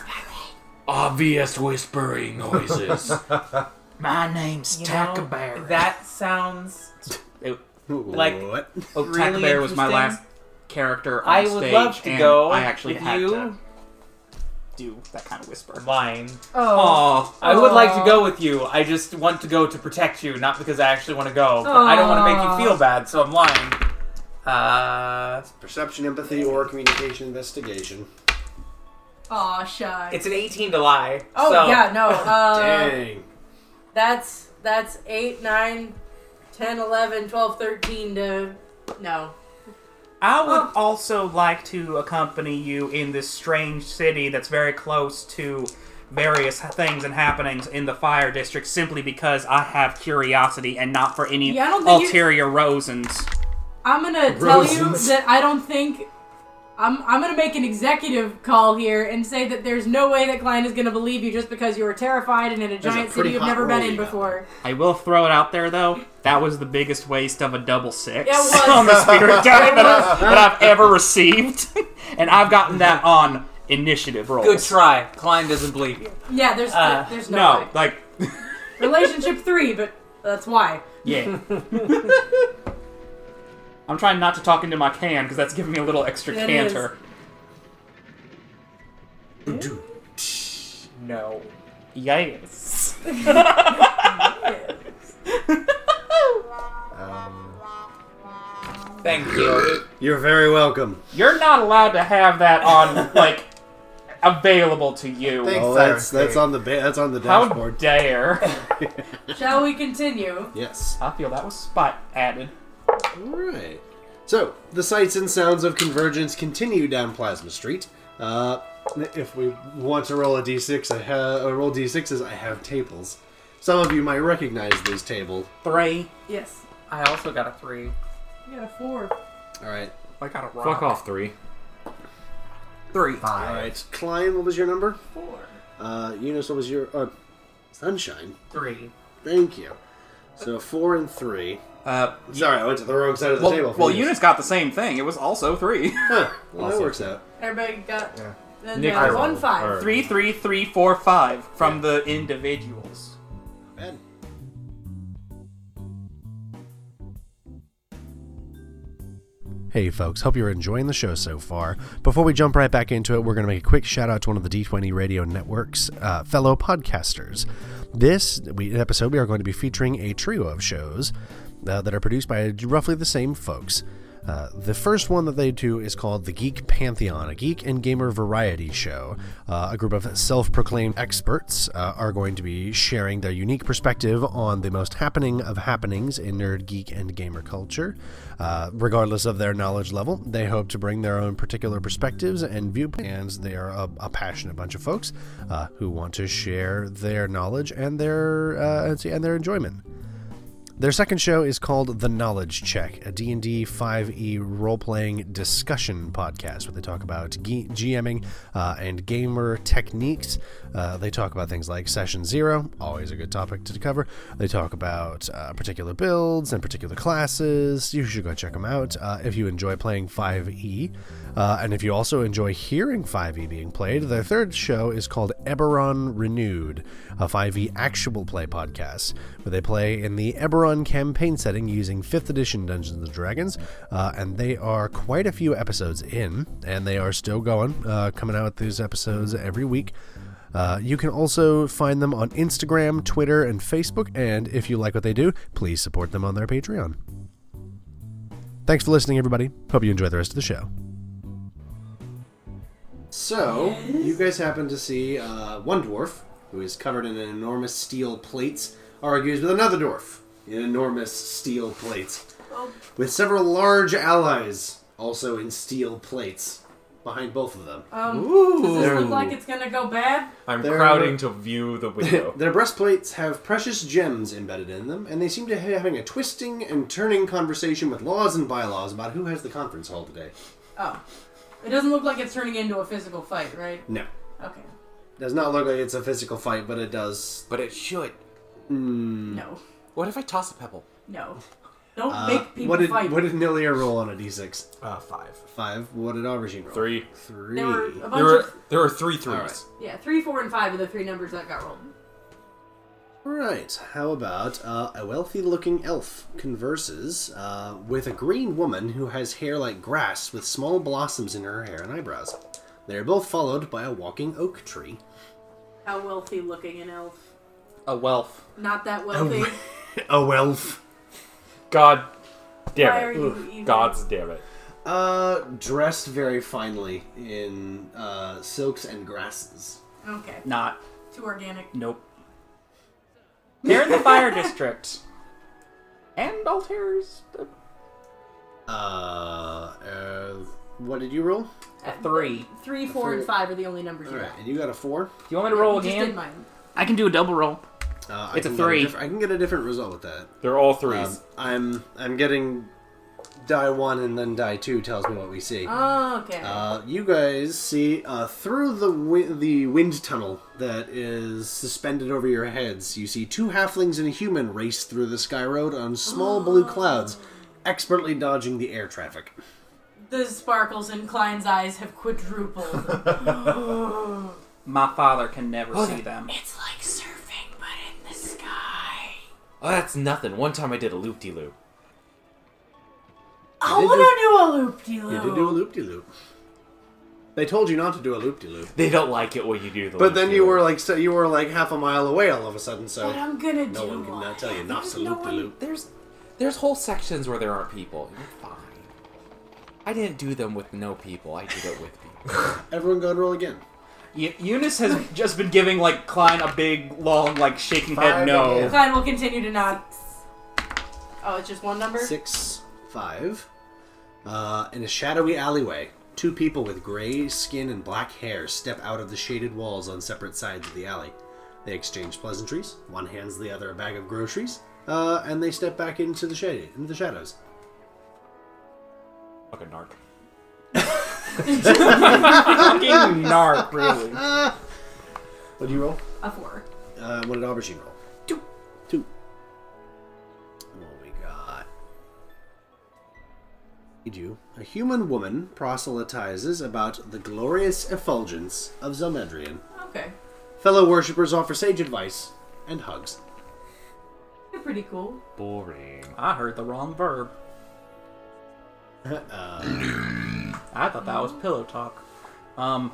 Speaker 9: Obvious whispering noises.
Speaker 4: My name's
Speaker 6: You know,
Speaker 4: Tackleberry.
Speaker 6: That sounds. Like-
Speaker 1: what?
Speaker 4: oh,
Speaker 6: really
Speaker 4: Tackleberry was my
Speaker 6: interesting.
Speaker 4: last character on
Speaker 6: I would
Speaker 4: stage,
Speaker 6: love to
Speaker 4: and
Speaker 6: go
Speaker 4: I actually
Speaker 6: with
Speaker 4: had
Speaker 6: you.
Speaker 4: to do that kind of whisper.
Speaker 6: Mine.
Speaker 7: Oh,
Speaker 4: Oh,
Speaker 6: I would like to
Speaker 7: Aw.
Speaker 6: go with you. I just want to go to protect you, not because I actually want to go. But I don't want to make
Speaker 7: Aw.
Speaker 6: you feel bad, so I'm lying. Uh,
Speaker 1: Perception, empathy, or communication investigation.
Speaker 7: aw, shy.
Speaker 6: it's an 18 to lie.
Speaker 7: oh
Speaker 6: so-
Speaker 7: yeah, no. Uh,
Speaker 1: Dang.
Speaker 7: that's that's 8, 9, 10, 11, 12, 13 to no.
Speaker 4: I would also like to accompany you in this strange city that's very close to various things and happenings in the fire district simply because I have curiosity and not for any
Speaker 7: Yeah, I don't think you-
Speaker 4: ulterior rosins.
Speaker 7: I'm gonna tell you
Speaker 1: Rosens.
Speaker 7: that I don't think I'm I'm gonna make an executive call here and say that there's no way that Klein is gonna believe you just because you were terrified and in a
Speaker 1: a
Speaker 7: giant city
Speaker 1: pretty
Speaker 7: you've
Speaker 1: hot
Speaker 7: never been
Speaker 1: roll
Speaker 7: in
Speaker 1: you got
Speaker 7: before.
Speaker 4: I will throw it out there though. That was the biggest waste of a double six
Speaker 7: It was.
Speaker 4: on the spirit die that, I, that I've ever received, and I've gotten that on initiative rolls.
Speaker 6: Good try. Klein doesn't believe you.
Speaker 7: Yeah, there's
Speaker 6: Uh,
Speaker 7: there's no,
Speaker 4: No, like
Speaker 7: way. relationship three, but that's why.
Speaker 4: yeah. I'm trying not to talk into my can because that's giving me a little extra
Speaker 7: It
Speaker 4: canter.
Speaker 6: No.
Speaker 4: Yes.
Speaker 5: Um,
Speaker 6: Thank you.
Speaker 1: You're very welcome.
Speaker 4: You're not allowed to have that on like available to you.
Speaker 5: Thank-
Speaker 1: Oh, that's
Speaker 5: Sorry.
Speaker 1: that's on the ba- that's on the
Speaker 4: How
Speaker 1: dashboard.
Speaker 4: dare?
Speaker 7: Shall we continue?
Speaker 1: Yes.
Speaker 4: I feel that was spot added.
Speaker 1: Alright. So, the sights and sounds of convergence continue down Plasma Street. Uh, if we want to roll a d6, I have or roll d6s. I have tables. Some of you might recognize this table.
Speaker 4: Three.
Speaker 7: Yes.
Speaker 6: I also got a three.
Speaker 7: You got a four.
Speaker 1: All right,
Speaker 4: I got a rock.
Speaker 9: Fuck off, three.
Speaker 6: Three.
Speaker 1: all
Speaker 5: Five.
Speaker 1: right. Klein, what was your number?
Speaker 7: Four.
Speaker 1: Uh, Eunice, what was your? Uh, Sunshine.
Speaker 6: Three.
Speaker 1: Thank you. So four and three.
Speaker 4: Uh,
Speaker 1: Sorry, I went to the wrong side of the
Speaker 4: well,
Speaker 1: table. for
Speaker 4: well
Speaker 1: this.
Speaker 4: Eunice got the same thing. It was also three.
Speaker 1: Huh. Well, that
Speaker 9: Also
Speaker 1: works out.
Speaker 7: Everybody got
Speaker 5: Yeah.
Speaker 7: then
Speaker 9: Nick
Speaker 7: uh,
Speaker 9: rolled,
Speaker 7: one five.
Speaker 9: or-
Speaker 4: three, three, three, four, five from the individuals.
Speaker 1: Bad. Hey folks, hope you're enjoying the show so far. Before we jump right back into it, we're going to make a quick shout out to one of the D20 Radio Network's uh, fellow podcasters. This we- episode, we are going to be featuring a trio of shows uh, that are produced by roughly the same folks. Uh, the first one that they do is called The Geek Pantheon, a geek and gamer variety show. Uh, a group of self proclaimed experts uh, are going to be sharing their unique perspective on the most happening of happenings in nerd, geek, and gamer culture. Uh, regardless of their knowledge level, they hope to bring their own particular perspectives and viewpoints. And They are a, a passionate bunch of folks uh, who want to share their knowledge and their, uh, and their enjoyment. Their second show is called The Knowledge Check, a D&D 5e E role-playing discussion podcast where they talk about ge- GMing uh, and gamer techniques. Uh, they talk about things like Session Zero, always a good topic to cover. They talk about uh, particular builds and particular classes. You should go check them out uh, if you enjoy playing E 5e. Uh, and if you also enjoy hearing 5e being played, their third show is called Eberron Renewed, a 5e actual play podcast where they play in the Eberron campaign setting using 5th edition Dungeons and Dragons. Uh, and they are quite a few episodes in, and they are still going, uh, coming out with these episodes every week. Uh, you can also find them on Instagram, Twitter, and Facebook. And if you like what they do, please support them on their Patreon. Thanks for listening, everybody. Hope you enjoy the rest of the show. So, you guys happen to see uh, one dwarf who is covered in an enormous steel plates argues with another dwarf in enormous steel plates with several large allies also in steel plates behind both of them.
Speaker 7: Um, Does this
Speaker 9: Ooh.
Speaker 7: look like it's gonna go bad?
Speaker 9: I'm
Speaker 1: There-
Speaker 9: crowding to view the window.
Speaker 1: Their breastplates have precious gems embedded in them, and they seem to be having a twisting and turning conversation with laws and bylaws about who has the conference hall today.
Speaker 7: Oh. It doesn't look like it's turning into a physical fight, right?
Speaker 1: No.
Speaker 7: Okay.
Speaker 1: Does not look like it's a physical fight, but it does.
Speaker 10: But it should.
Speaker 7: No.
Speaker 10: What if I toss a pebble?
Speaker 7: No. Don't
Speaker 1: Uh,
Speaker 7: make people
Speaker 1: what did
Speaker 7: fight.
Speaker 1: what did Nilia roll on a d6?
Speaker 5: Uh, five.
Speaker 1: Five. What did Aubergine roll?
Speaker 8: Three.
Speaker 1: Three.
Speaker 7: there were a bunch
Speaker 8: There were
Speaker 7: of
Speaker 8: there were three threes.
Speaker 1: All right.
Speaker 7: yeah, three, four, and five are the three numbers that got rolled.
Speaker 1: Right. How about uh, a wealthy looking elf converses uh, with a green woman who has hair like grass with small blossoms in her hair and eyebrows. They are both followed by a walking oak tree.
Speaker 7: How wealthy looking an elf.
Speaker 4: A wealth.
Speaker 7: Not that wealthy.
Speaker 1: A wealth.
Speaker 9: God
Speaker 7: Why are
Speaker 9: damn it.
Speaker 7: you even?
Speaker 9: God's damn it.
Speaker 1: Uh, dressed very finely in uh, silks and grasses.
Speaker 7: Okay.
Speaker 4: Not.
Speaker 7: Too organic.
Speaker 4: Nope. They're in the fire district. And Altair's
Speaker 1: Uh, uh, what did you roll?
Speaker 7: Uh,
Speaker 4: three.
Speaker 7: Three, four, and five are the only numbers you
Speaker 1: All right,
Speaker 7: got.
Speaker 1: and you got a four.
Speaker 4: Do you want me to roll
Speaker 7: You just did
Speaker 4: again?
Speaker 7: mine.
Speaker 4: I can do a double roll.
Speaker 1: Uh, I
Speaker 4: It's a
Speaker 1: can get
Speaker 4: three.
Speaker 1: diff- I can get a different result with that.
Speaker 9: They're all threes.
Speaker 1: Um, I'm I'm getting die one and then die two tells me what we see.
Speaker 7: Oh, okay.
Speaker 1: Uh, you guys see uh, through the wi- the wind tunnel that is suspended over your heads. You see two halflings and a human race through the sky road on small
Speaker 7: Oh.
Speaker 1: blue clouds, expertly dodging the air traffic.
Speaker 7: the sparkles in Klein's eyes have quadrupled.
Speaker 4: My father can never see them.
Speaker 7: it's like surfing, but in the sky.
Speaker 9: oh, that's nothing. One time I did a loop de loop.
Speaker 7: I want to do Oh, a loop de
Speaker 1: You did do a loop de loop. They told you not to do a loop de loop,
Speaker 9: They don't like it when you do the
Speaker 1: but then you
Speaker 9: loop-de-loop.
Speaker 1: were like so you were like half a mile away all of a sudden. So
Speaker 7: But I'm gonna
Speaker 1: no
Speaker 7: do
Speaker 1: one can
Speaker 7: one.
Speaker 1: not tell you not to
Speaker 9: No
Speaker 1: loop de
Speaker 9: one-
Speaker 1: loop.
Speaker 9: There's there's whole sections where there aren't people. You're fine. I didn't do them with no people. I did it with people.
Speaker 1: Everyone go and roll again.
Speaker 4: Eu- Eunice has just been giving like Klein a big, long, like shaking head
Speaker 5: Five
Speaker 4: no.
Speaker 5: again.
Speaker 7: Klein will continue to nod. Oh, it's just one number?
Speaker 1: six, five. Uh, in a shadowy alleyway, two people with gray skin and black hair step out of the shaded walls on separate sides of the alley. They exchange pleasantries. One hands the other a bag of groceries, uh, and they step back into the shade, into the shadows.
Speaker 9: Fucking narc.
Speaker 4: Fucking narc, really.
Speaker 1: What do you roll?
Speaker 7: A four.
Speaker 1: Uh, what did Aubergine roll? Two. Two. Oh What we got? Need you. A human woman proselytizes about the glorious effulgence of Zelmedrian.
Speaker 7: Okay.
Speaker 1: Fellow worshippers offer sage advice and hugs.
Speaker 7: They're pretty cool.
Speaker 9: Boring.
Speaker 4: I heard the wrong verb. I thought that was pillow talk. Um,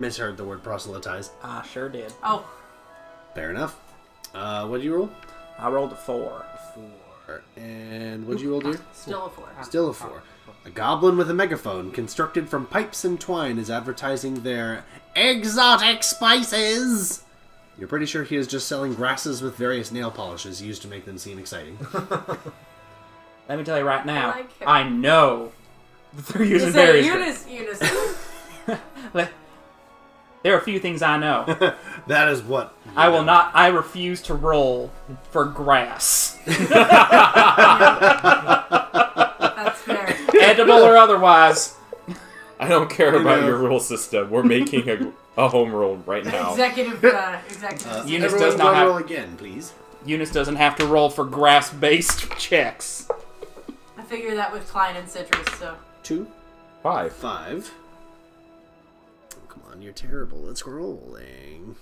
Speaker 1: Misheard the word proselytize.
Speaker 4: I sure did.
Speaker 7: Oh,
Speaker 1: Fair enough. Uh, what'd you roll?
Speaker 4: I rolled a four.
Speaker 1: Four. And what'd you roll, dear?
Speaker 7: still a four.
Speaker 1: Still a four. A goblin with a megaphone constructed from pipes and twine is advertising their exotic spices. You're pretty sure he is just selling grasses with various nail polishes used to make them seem exciting.
Speaker 4: Let me tell you right now,
Speaker 7: I like her.
Speaker 4: I know that they're using
Speaker 7: Is that
Speaker 4: various.
Speaker 7: Eunice? Eunice.
Speaker 4: There are a few things I know.
Speaker 1: that is what
Speaker 4: I will not. I refuse to roll for grass,
Speaker 7: That's fair.
Speaker 4: edible or otherwise.
Speaker 9: I don't care about
Speaker 1: know.
Speaker 9: your rule system. We're making a, a home rule right now.
Speaker 7: Executive, uh, executive.
Speaker 4: Eunice
Speaker 1: Everyone
Speaker 4: does not
Speaker 1: go
Speaker 4: have.
Speaker 1: roll again, please.
Speaker 4: Eunice doesn't have to roll for grass-based checks.
Speaker 7: I figure that with Klein and Citrus, so.
Speaker 1: Two,
Speaker 9: Five.
Speaker 1: five. Oh, come on, you're terrible. It's rolling.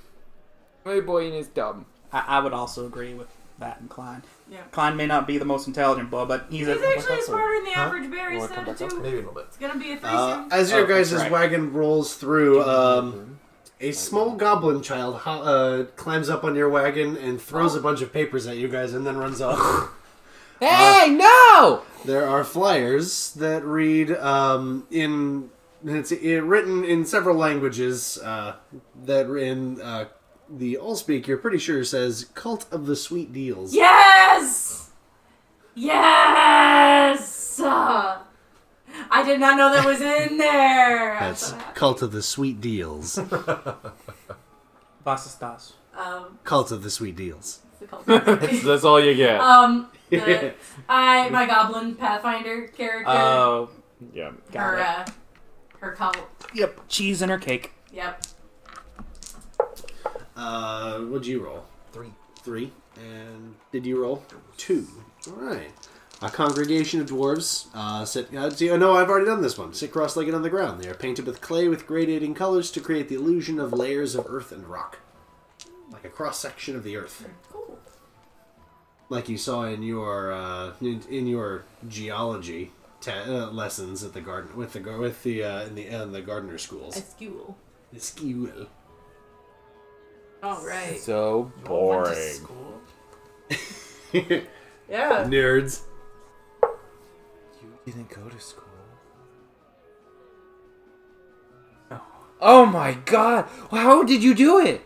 Speaker 9: My boy is dumb.
Speaker 4: I, I would also agree with that and Klein.
Speaker 7: Yeah.
Speaker 4: Klein may not be the most intelligent boy, but he's,
Speaker 7: He's
Speaker 4: a,
Speaker 7: actually smarter than the average Barry,
Speaker 9: Wanna come
Speaker 7: so
Speaker 9: back up?
Speaker 7: too.
Speaker 5: Maybe a little bit.
Speaker 7: It's gonna be a threesome.
Speaker 1: Uh, as your guys'
Speaker 4: right.
Speaker 1: wagon rolls through, um, a small goblin child ho- uh, climbs up on your wagon and throws a bunch of papers at you guys and then runs off. Uh,
Speaker 9: Hey, no!
Speaker 1: there are flyers that read um, in. It's i written in several languages uh, that are in uh, the Allspeak, you're pretty sure says Cult of the Sweet Deals.
Speaker 7: Yes! Yes! Uh, I did not know that was in there. I
Speaker 1: That's
Speaker 7: thought-
Speaker 1: Cult of the Sweet Deals.
Speaker 4: Was ist das?
Speaker 7: Um,
Speaker 1: Cult of the Sweet Deals.
Speaker 7: what's it called?
Speaker 9: That's all you get.
Speaker 7: um, the, I my goblin pathfinder character.
Speaker 4: Oh,
Speaker 9: yeah.
Speaker 4: got
Speaker 7: her,
Speaker 4: it.
Speaker 7: uh, her cult.
Speaker 4: Yep, cheese in her cake.
Speaker 7: Yep.
Speaker 1: Uh, what'd you roll?
Speaker 5: Three.
Speaker 1: Three. And did you roll? Two. All right. A congregation of dwarves uh, sit. Uh, see, oh, no, I've already done this one. Sit cross legged on the ground. They are painted with clay with gradating colors to create the illusion of layers of earth and rock. Like a cross section of the earth.
Speaker 7: Cool.
Speaker 1: Like you saw in your uh, in, in your geology te- uh, lessons at the garden with the gar- with the uh, in the in the gardener schools.
Speaker 7: Escuel.
Speaker 1: The school.
Speaker 7: All right.
Speaker 9: So
Speaker 6: Went to
Speaker 9: boring.
Speaker 6: school.
Speaker 7: Yeah.
Speaker 1: Nerds.
Speaker 9: You didn't go to school. Oh my god! How did you do it?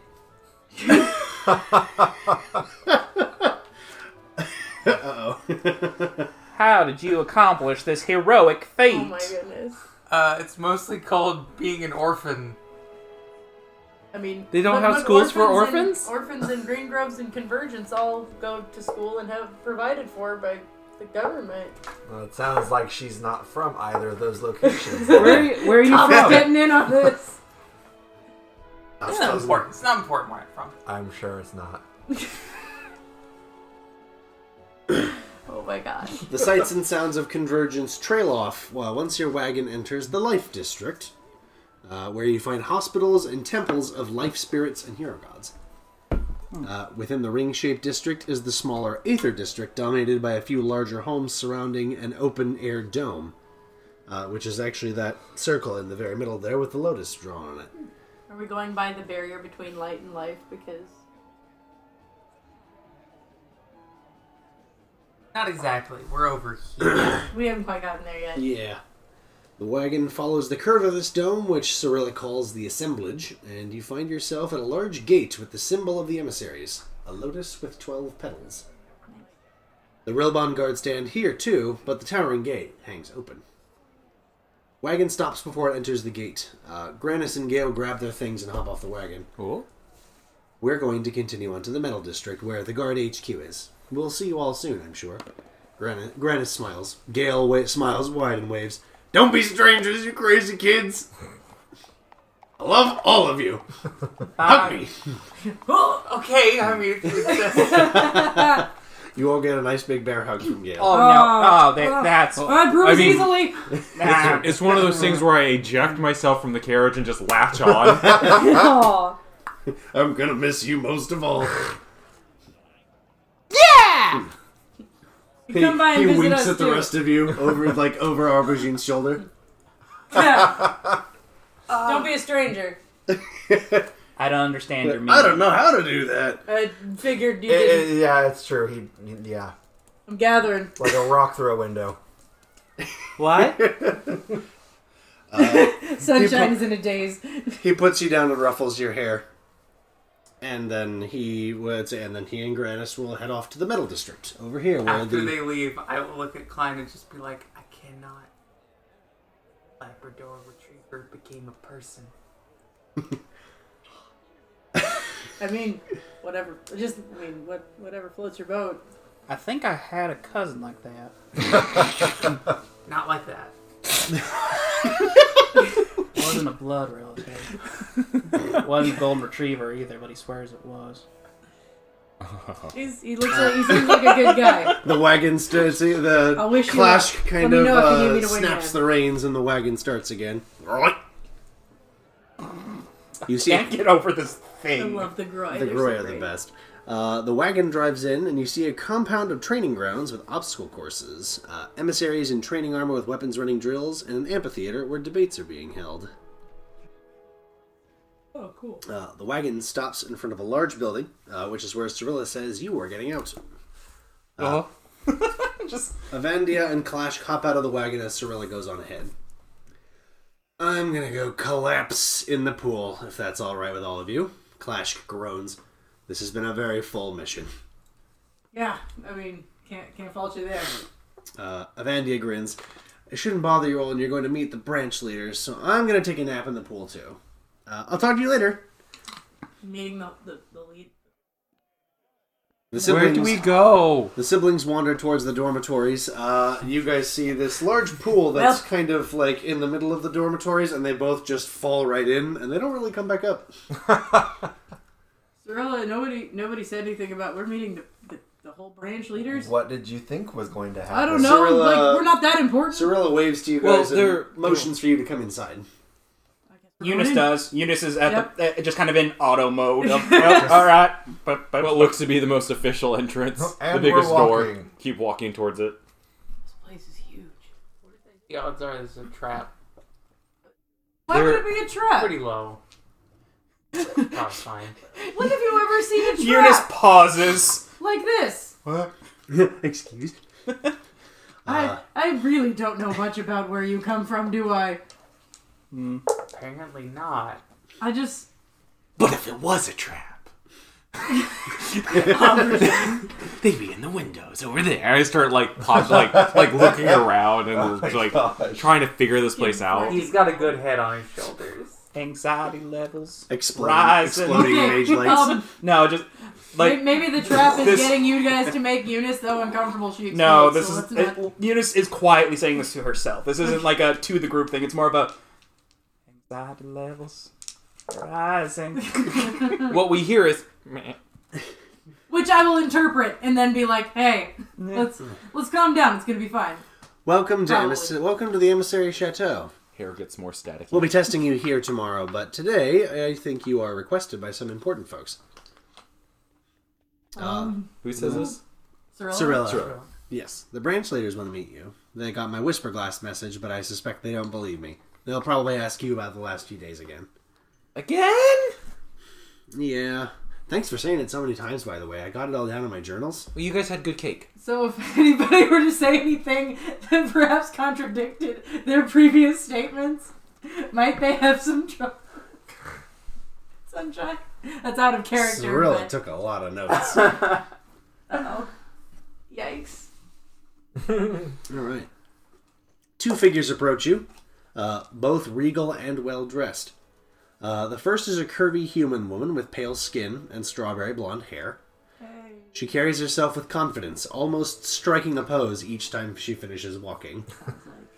Speaker 4: How did you accomplish this heroic feat?
Speaker 7: Oh my goodness.
Speaker 6: Uh, it's mostly called being an orphan.
Speaker 7: I mean,
Speaker 9: They don't
Speaker 7: when-
Speaker 9: have
Speaker 7: when
Speaker 9: schools for
Speaker 7: orphans? and- orphans and green groves and convergence all go to school and have provided for by the government.
Speaker 5: Well, it sounds like she's not from either of those locations.
Speaker 9: Where, where are you
Speaker 7: I'm
Speaker 9: from?
Speaker 7: getting in on this.
Speaker 6: It's not important. It's not important where I'm from.
Speaker 5: I'm sure it's not.
Speaker 7: Oh my gosh.
Speaker 1: The sights and sounds of convergence trail off while once your wagon enters the Life District, uh, where you find hospitals and temples of life spirits and hero gods. Uh, within the ring shaped district is the smaller Aether District, dominated by a few larger homes surrounding an open air dome, uh, which is actually that circle in the very middle there with the lotus drawn on it.
Speaker 7: Are we going by the barrier between light and life? Because
Speaker 6: Not exactly. We're over here.
Speaker 7: we haven't quite gotten there yet.
Speaker 1: Yeah. The wagon follows the curve of this dome, which Cyrillic calls the assemblage, and you find yourself at a large gate with the symbol of the emissaries a lotus with 12 petals. The Rilbon guards stand here too, but the towering gate hangs open. Wagon stops before it enters the gate. Uh, Granis and Gale grab their things and hop off the wagon.
Speaker 9: Cool.
Speaker 1: We're going to continue on to the metal district where the guard HQ is. We'll see you all soon, I'm sure. Granite, Granite smiles. Gale wa- smiles wide and waves. Don't be strangers, you crazy kids! I love all of you. Hug me.
Speaker 6: well, okay. I mean, it's just,
Speaker 1: You all get a nice big bear hug from Gale.
Speaker 4: Oh, no! Oh, that, that's
Speaker 7: I bruise
Speaker 9: I mean-
Speaker 7: Uh, easily.
Speaker 4: nah.
Speaker 8: It's one of those things where I eject myself from the carriage and just latch on.
Speaker 7: Aw. Oh.
Speaker 1: I'm gonna miss you most of all.
Speaker 7: You come by and
Speaker 1: he
Speaker 7: visit
Speaker 1: winks
Speaker 7: us
Speaker 1: at the
Speaker 7: too.
Speaker 1: rest of you over like over Aubergine's shoulder.
Speaker 7: Yeah.
Speaker 1: Uh,
Speaker 7: don't be a stranger.
Speaker 4: I don't understand your meaning.
Speaker 1: I don't know how to do that.
Speaker 7: I figured you
Speaker 5: It-
Speaker 7: didn't.
Speaker 5: it- yeah, it's true. He, yeah,
Speaker 7: I'm gathering.
Speaker 5: like a rock through a window.
Speaker 4: What?
Speaker 7: Sunshine is in a daze.
Speaker 1: He puts you down and ruffles your hair. And then he would, and then he and Granis will head off to the metal district over here, where
Speaker 6: after
Speaker 1: the
Speaker 6: they leave, I will look at Klein and just be like, I cannot. Labrador Retriever became a person.
Speaker 7: I mean, whatever. Just I mean, what whatever floats your boat.
Speaker 4: I think I had a cousin like that.
Speaker 6: Not like that.
Speaker 4: Wasn't a blood relative. Wasn't a golden retriever either, but he swears it was.
Speaker 7: He's, he looks like he seems like a good guy.
Speaker 1: The wagon starts. The
Speaker 7: I wish you
Speaker 1: Clash
Speaker 7: luck.
Speaker 1: kind
Speaker 7: Let me
Speaker 1: of
Speaker 7: know if you need
Speaker 1: uh,
Speaker 7: me to win
Speaker 1: snaps
Speaker 7: again.
Speaker 1: the reins, and the wagon starts again. You see,
Speaker 4: Can't get over this
Speaker 7: I
Speaker 4: thing.
Speaker 7: love the groy.
Speaker 1: the
Speaker 7: They're so
Speaker 1: Groy are the
Speaker 7: great.
Speaker 1: best. Uh, the wagon drives in, and you see a compound of training grounds with obstacle courses, uh, emissaries in training armor with weapons running drills, and an amphitheater where debates are being held.
Speaker 7: Oh, cool.
Speaker 1: Uh, the wagon stops in front of a large building, uh, which is where Cirilla says you are getting out. Uh,
Speaker 9: Uh-huh.
Speaker 1: Avandia and Clash hop out of the wagon as Cirilla goes on ahead. I'm gonna go collapse in the pool, if that's alright with all of you. Clash groans. This has been a very full mission.
Speaker 7: Yeah, I mean, can't can't fault you there.
Speaker 1: Uh, Avandia grins. It shouldn't bother you all, and you're going to meet the branch leaders, so I'm gonna take a nap in the pool too. Uh, I'll talk to you later.
Speaker 7: Meeting the the, the lead.
Speaker 1: The
Speaker 9: Where
Speaker 1: siblings,
Speaker 9: do we go?
Speaker 1: the siblings wander towards the dormitories. Uh, you guys see this large pool that's
Speaker 7: Well-
Speaker 1: kind of like in the middle of the dormitories, and they both just fall right in, and they don't really come back up.
Speaker 7: Cirilla, nobody nobody said anything about we're meeting the, the, the whole branch leaders.
Speaker 5: What did you think was going to happen?
Speaker 7: I don't know.
Speaker 1: Cirilla-
Speaker 7: like we're not that important.
Speaker 1: Cirilla waves to you
Speaker 9: Well,
Speaker 1: guys
Speaker 9: they're-
Speaker 1: and motions for you to come inside.
Speaker 4: Eunice does. Eunice is at the uh, just kind of in auto mode. Of, well, all right, but, but
Speaker 10: What looks to be the most official entrance,
Speaker 5: And
Speaker 10: the biggest
Speaker 5: we're
Speaker 10: door.
Speaker 5: walking.
Speaker 10: Keep walking towards it.
Speaker 7: This place is huge.
Speaker 6: The odds are this is a trap.
Speaker 7: Why would
Speaker 10: They're-
Speaker 7: it be a trap?
Speaker 6: Pretty low. oh, it's fine.
Speaker 7: Look, have you ever seen a
Speaker 4: Eunice
Speaker 7: trap
Speaker 4: pauses.
Speaker 7: like this?
Speaker 5: What?
Speaker 1: Excuse?
Speaker 7: I I really don't know much about where you come from, do I?
Speaker 6: Apparently not.
Speaker 7: I just
Speaker 9: But if it was a trap, they'd be in the windows over there. I start like pop, like like looking around and like
Speaker 5: gosh.
Speaker 9: trying to figure this place out.
Speaker 6: He's got a good head on his shoulders.
Speaker 4: Anxiety levels.
Speaker 1: Explode,
Speaker 4: Rise and-
Speaker 1: exploding rage lights.
Speaker 7: um,
Speaker 4: No, just
Speaker 7: may-
Speaker 4: like
Speaker 7: maybe the trap is
Speaker 4: this-
Speaker 7: getting you guys to make Eunice so uncomfortable she explodes.
Speaker 4: no. This
Speaker 7: so
Speaker 4: is
Speaker 7: let's not-
Speaker 4: it- Eunice is quietly saying this to herself. This isn't like a to the group thing. It's more of a anxiety levels rising.
Speaker 9: What we hear is "Meh."
Speaker 7: which I will interpret and then be like, hey, let's let's calm down. It's gonna be fine.
Speaker 1: Welcome to
Speaker 7: Probably.
Speaker 1: emis- welcome to the emissary chateau.
Speaker 10: Hair gets more static.
Speaker 1: We'll be testing you here tomorrow, but today I think you are requested by some important folks.
Speaker 7: Um,
Speaker 10: Who says this?
Speaker 7: Cirilla?
Speaker 1: Cirilla. Yes, the branch leaders want to meet you. They got my whisper glass message, but I suspect they don't believe me. They'll probably ask you about the last few days again.
Speaker 9: again.
Speaker 1: Yeah. Thanks for saying it so many times, by the way. I got it all down in my journals.
Speaker 9: Well, you guys had good cake.
Speaker 7: So if anybody were to say anything that perhaps contradicted their previous statements, might they have some trouble? Sunshine? That's out of character.
Speaker 1: Cirilla
Speaker 7: but-
Speaker 1: took a lot of notes.
Speaker 7: Uh-oh. Yikes.
Speaker 1: All right. Two figures approach you, uh, both regal and well dressed. Uh, the first is a curvy human woman with pale skin and strawberry blonde hair. She carries herself with confidence, almost striking a pose each time she finishes walking.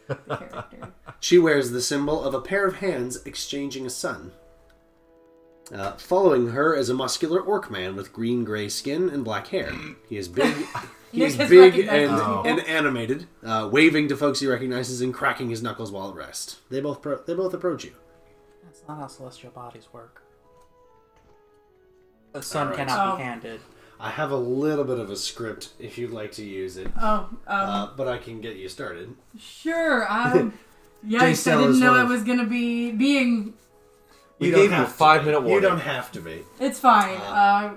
Speaker 7: Character.
Speaker 1: She wears the symbol of a pair of hands exchanging a sun. Uh, following her is a muscular orc man with green gray skin and black hair. He is big. He
Speaker 7: Nick
Speaker 1: is
Speaker 7: has
Speaker 1: big
Speaker 7: recognized
Speaker 1: and,
Speaker 7: these people.
Speaker 1: and animated, uh, waving to folks he recognizes and cracking his knuckles while at rest. They both pro- they both approach you.
Speaker 4: That's not how celestial bodies work. The sun
Speaker 1: Alright.
Speaker 4: cannot
Speaker 7: Oh.
Speaker 4: be handed.
Speaker 1: I have a little bit of a script if you'd like to use it,
Speaker 7: Oh, um,
Speaker 1: uh, but I can get you started.
Speaker 7: sure. Um, yikes, I
Speaker 1: Stella is
Speaker 7: didn't know
Speaker 1: one
Speaker 7: I
Speaker 1: of-
Speaker 7: was going to be being.
Speaker 1: We
Speaker 9: You
Speaker 1: don't
Speaker 9: gave him a
Speaker 1: have to
Speaker 9: five
Speaker 1: be.
Speaker 9: minute
Speaker 1: You
Speaker 9: warning.
Speaker 1: don't have to be.
Speaker 7: It's fine. Uh,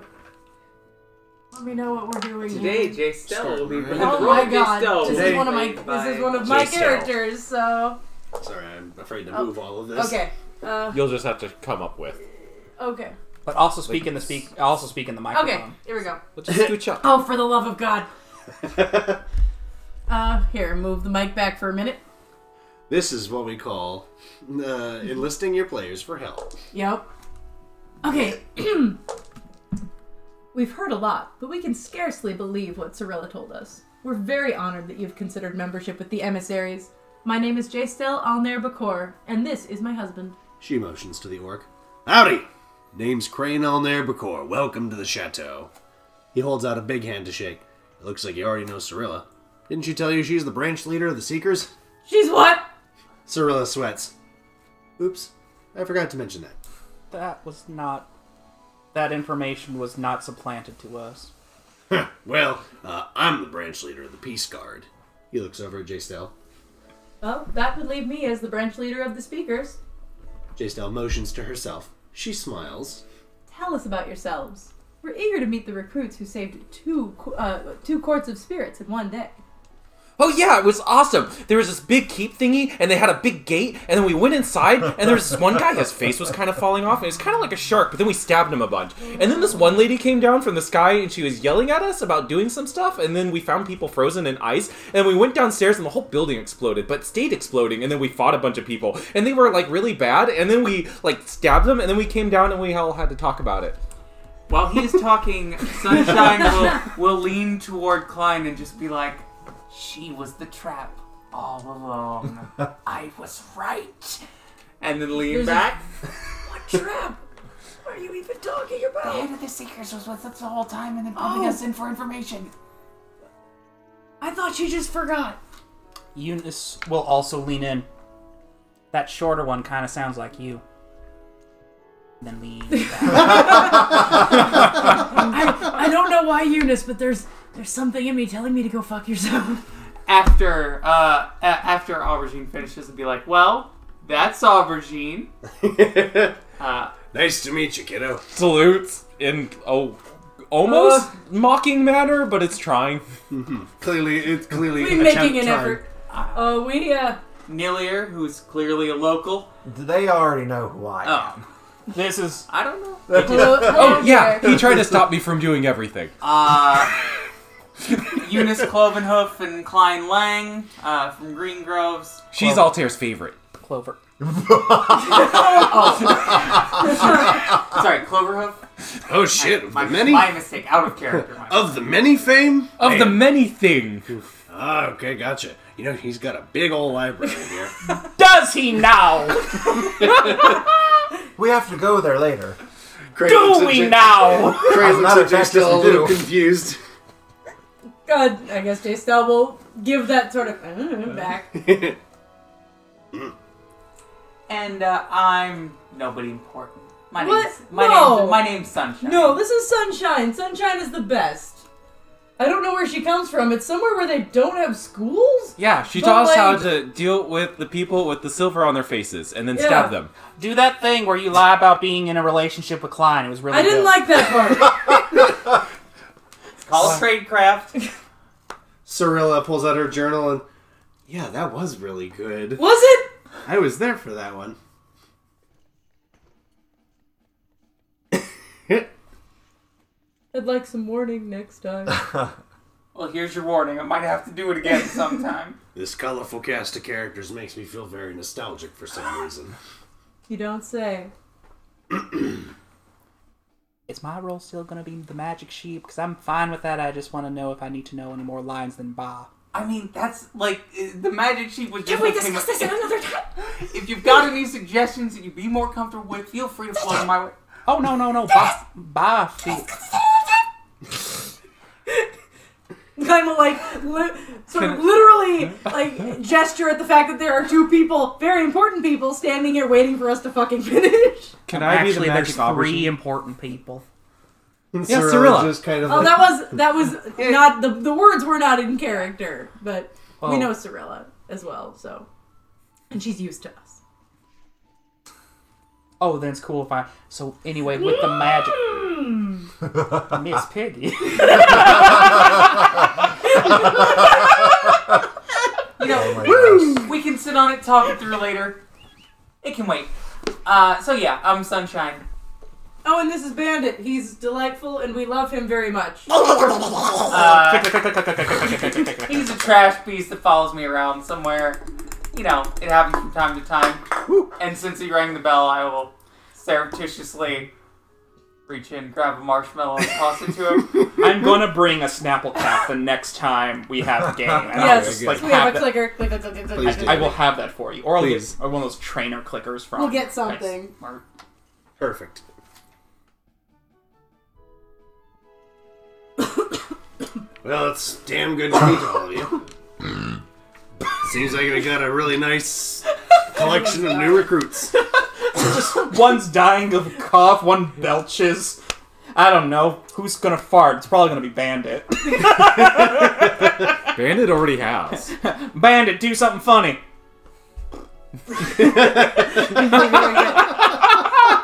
Speaker 7: let me know what we're doing
Speaker 6: Today,
Speaker 7: here.
Speaker 6: Jay Stella will be
Speaker 1: Starting
Speaker 6: with
Speaker 1: right
Speaker 7: Oh
Speaker 1: now.
Speaker 6: Roy
Speaker 7: my
Speaker 6: J.
Speaker 7: god.
Speaker 6: Stella
Speaker 7: This
Speaker 6: will
Speaker 7: is
Speaker 6: be
Speaker 7: one of my
Speaker 6: played
Speaker 7: this is
Speaker 6: by
Speaker 7: one of my
Speaker 9: Jay Stella.
Speaker 7: characters, so
Speaker 1: Sorry, I'm afraid to
Speaker 7: Oh,
Speaker 1: move all of this.
Speaker 7: Okay. Uh,
Speaker 10: You'll just have to come up with.
Speaker 7: okay.
Speaker 4: But also speak in the speak. Also speak in the microphone.
Speaker 7: Okay, here we go.
Speaker 9: Let's just scooch up.
Speaker 7: Oh, for the love of God. uh, here, move the mic back for a minute.
Speaker 1: This is what we call uh, enlisting your players for help.
Speaker 7: Yep. Okay. We've heard a lot, but we can scarcely believe what Cirilla told us. We're very honored that you've considered membership with the emissaries. My name is Jaistel Alner Bakor, and this is my husband.
Speaker 1: She motions to the orc. Howdy! Name's Crane Alnair Bakor. Welcome to the chateau. He holds out a big hand to shake. It looks like you already know Cirilla. Didn't she tell you she's the branch leader of the Seekers?
Speaker 7: She's what?
Speaker 1: Cirilla sweats. Oops, I forgot to mention that.
Speaker 4: That was not. That information was not supplanted to us.
Speaker 1: Well, uh, I'm the branch leader of the Peace Guard. He looks over at Jaistel.
Speaker 7: Well, that would leave me as the branch leader of the speakers.
Speaker 1: Jaistel motions to herself. She smiles.
Speaker 7: Tell us about yourselves. We're eager to meet the recruits who saved two qu- uh, two quarts of spirits in one day.
Speaker 9: Oh yeah, it was awesome. There was this big keep thingy, and they had a big gate, and then we went inside, and there was this one guy. His face was kind of falling off, and he was kind of like a shark. But then we stabbed him a bunch, and then this one lady came down from the sky, and she was yelling at us about doing some stuff. And then we found people frozen in ice, and we went downstairs, and the whole building exploded, but stayed exploding. And then we fought a bunch of people, and they were like really bad. And then we like stabbed them, and then we came down, and we all had to talk about it.
Speaker 6: While he is talking, Sunshine will, will lean toward Klein and just be like, She was the trap all along. I was right. And then lean
Speaker 7: There's a-
Speaker 6: back.
Speaker 7: What trap? Where are you even talking about?
Speaker 6: of the Seekers was with us the whole time and then putting
Speaker 7: Oh.
Speaker 6: us in for information.
Speaker 7: I thought you just forgot.
Speaker 4: Eunice will also lean in. That shorter one kind of sounds like you. Then lean back.
Speaker 7: I, I don't know why, Eunice, but there's there's something in me telling me to go fuck yourself.
Speaker 6: After, uh, a- after Aubergine finishes, it'd be like, well, that's Aubergine. uh,
Speaker 1: Nice to meet you, kiddo.
Speaker 10: Salutes in oh,
Speaker 9: Uh,
Speaker 10: almost mocking manner, but it's trying.
Speaker 1: Clearly, it's clearly
Speaker 7: We making an effort. Oh, we uh,
Speaker 6: Nilier, who's clearly a local.
Speaker 5: They already know who I am.
Speaker 6: Oh,
Speaker 4: this is
Speaker 6: I don't know.
Speaker 7: oh
Speaker 10: Yeah, he tried to stop me from doing everything.
Speaker 6: Uh, Eunice Clovenhoof and Klein Lang uh, from Green Groves.
Speaker 10: She's Altair's favorite.
Speaker 4: Clover.
Speaker 6: Sorry, Cloverhoof.
Speaker 1: Oh shit! Of
Speaker 6: My,
Speaker 1: the many,
Speaker 6: my mistake. Out of character. My
Speaker 1: of the many fame.
Speaker 10: Of the
Speaker 1: Man.
Speaker 10: many thing.
Speaker 1: ah, okay, gotcha. You know he's got a big old library here.
Speaker 4: Does he now?
Speaker 5: We have to go there later.
Speaker 1: Cray looks
Speaker 4: Do
Speaker 1: at
Speaker 4: we
Speaker 1: Jay-
Speaker 4: now?
Speaker 1: Cray looks
Speaker 5: matter
Speaker 1: at
Speaker 5: of
Speaker 1: Jay
Speaker 5: fact,
Speaker 1: still
Speaker 5: yes,
Speaker 1: a
Speaker 5: we
Speaker 1: little
Speaker 5: do.
Speaker 1: confused.
Speaker 7: God, I guess Jay Stell will give that sort of uh, back.
Speaker 6: And uh, I'm nobody important. My
Speaker 7: What?
Speaker 6: name's my
Speaker 7: No.
Speaker 6: name's my name's Sunshine.
Speaker 7: No, this is Sunshine. Sunshine is the best. I don't know where she comes from. It's somewhere where they don't have schools.
Speaker 10: Yeah, she
Speaker 7: But
Speaker 10: taught us how
Speaker 7: like-
Speaker 10: to deal with the people with the silver on their faces and then
Speaker 7: Yeah.
Speaker 10: stab them.
Speaker 4: Do that thing where you lie about being in a relationship with Klein. It was really
Speaker 7: I didn't
Speaker 4: good.
Speaker 7: like that part.
Speaker 6: Call it tradecraft.
Speaker 1: Cirilla pulls out her journal and. Yeah, that was really good.
Speaker 7: Was it?
Speaker 1: I was there for that one.
Speaker 7: I'd like some warning next time.
Speaker 6: Well, here's your warning. I might have to do it again sometime.
Speaker 1: This colorful cast of characters makes me feel very nostalgic for some reason.
Speaker 7: You don't say.
Speaker 4: Is my role still gonna be the magic sheep? Because I'm fine with that. I just want to know if I need to know any more lines than Ba.
Speaker 6: I mean, that's like uh, the magic sheep was.
Speaker 7: Can
Speaker 6: just
Speaker 7: we
Speaker 6: what came
Speaker 7: discuss
Speaker 6: up-
Speaker 7: this at another time?
Speaker 6: If you've got any suggestions that you'd be more comfortable with, feel free to plug my way.
Speaker 4: Oh no no no Ba Ba fe-
Speaker 7: I'm like li- sort of literally like gesture at the fact that there are two people, very important people, standing here waiting for us to fucking finish.
Speaker 10: Can I be the
Speaker 4: Actually, there's
Speaker 10: magic aubergine?
Speaker 4: three important people.
Speaker 10: Yeah, Cirilla.
Speaker 1: just kind of
Speaker 7: Oh,
Speaker 1: like,
Speaker 7: that was that was not the the words were not in character, but
Speaker 4: Oh.
Speaker 7: we know Cirilla as well, so and she's used to us.
Speaker 4: Oh, then it's cool if I. So anyway, with the magic,
Speaker 7: Hmm.
Speaker 4: Miss Piggy.
Speaker 6: You know,
Speaker 5: Oh my gosh.
Speaker 6: we can sit on it, talk it through later. It can wait. Uh, so yeah, I'm Sunshine.
Speaker 7: Oh, and this is Bandit. He's delightful, and we love him very much.
Speaker 4: Oh,
Speaker 6: Uh, he's a trash piece that follows me around somewhere. You know, it happens from time to time. And since he rang the bell, I will surreptitiously reach in, grab a marshmallow, and toss it to him.
Speaker 4: I'm gonna bring a Snapple cap the next time we have a game. And I'll
Speaker 7: Yes,
Speaker 4: just, like,
Speaker 7: we have
Speaker 4: have
Speaker 7: a
Speaker 4: that-
Speaker 7: clicker. Clicker, clicker, clicker.
Speaker 1: Please do.
Speaker 4: I will have that for you, or I'll get
Speaker 1: Please.
Speaker 4: one of those trainer clickers from.
Speaker 7: We'll get something.
Speaker 4: Or-
Speaker 1: perfect. well, it's damn good to meet all of you. Seems like I got a really nice collection of new recruits.
Speaker 4: One's dying of a cough, one belches. I don't know who's gonna fart. It's probably gonna be Bandit.
Speaker 10: Bandit already has.
Speaker 4: Bandit, do something funny.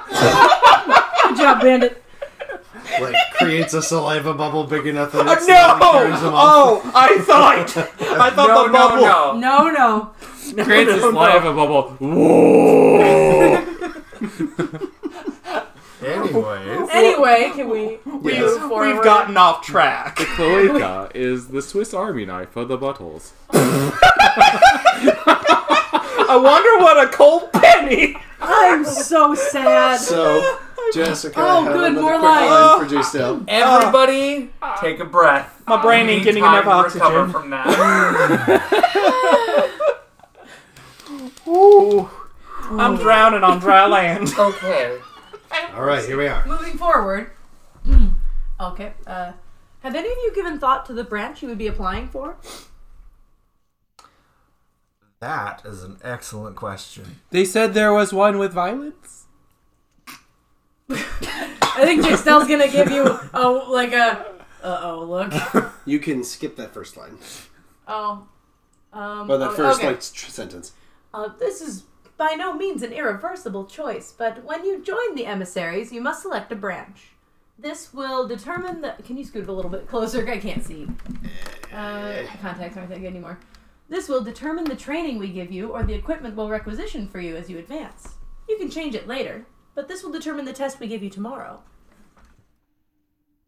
Speaker 7: Good job, Bandit.
Speaker 1: Like creates a saliva bubble big enough that
Speaker 4: No!
Speaker 1: it's
Speaker 4: Oh, I thought, I thought
Speaker 6: No, no,
Speaker 4: the bubble.
Speaker 6: no.
Speaker 7: No, no.
Speaker 10: Grants is live a bubble. Whoa!
Speaker 5: Anyways,
Speaker 7: Anyway, can we?
Speaker 4: We,
Speaker 7: Move
Speaker 4: we've
Speaker 7: forward.
Speaker 4: gotten off track.
Speaker 10: Cloaca is the Swiss Army knife of the buttholes.
Speaker 4: I wonder what a cold penny.
Speaker 7: I'm so sad.
Speaker 1: So, Jessica,
Speaker 7: Oh,
Speaker 1: have
Speaker 7: good,
Speaker 1: another
Speaker 7: more
Speaker 1: quick
Speaker 7: lines.
Speaker 1: line for Giselle.
Speaker 6: Everybody, take a breath.
Speaker 4: My brain ain't
Speaker 6: Need
Speaker 4: getting
Speaker 6: time
Speaker 4: enough
Speaker 6: to recover
Speaker 4: oxygen.
Speaker 6: from that.
Speaker 4: Ooh. I'm drowning on dry land.
Speaker 6: okay.
Speaker 1: All right, here we are.
Speaker 7: Moving forward. okay. Uh, have any of you given thought to the branch you would be applying for?
Speaker 5: That is an excellent question.
Speaker 9: They said there was one with violence.
Speaker 7: I think Jixnell's gonna give you a like a uh oh look.
Speaker 1: You can skip that first line.
Speaker 7: Oh. Um,
Speaker 1: Or that
Speaker 7: oh,
Speaker 1: first
Speaker 7: okay.
Speaker 1: like tr- sentence.
Speaker 7: Uh, this is by no means an irreversible choice, but when you join the emissaries, you must select a branch. This will determine the. Can you scoot a little bit closer? I can't see. Uh, contacts aren't that good anymore. This will determine the training we give you or the equipment we'll requisition for you as you advance. You can change it later, but this will determine the test we give you tomorrow.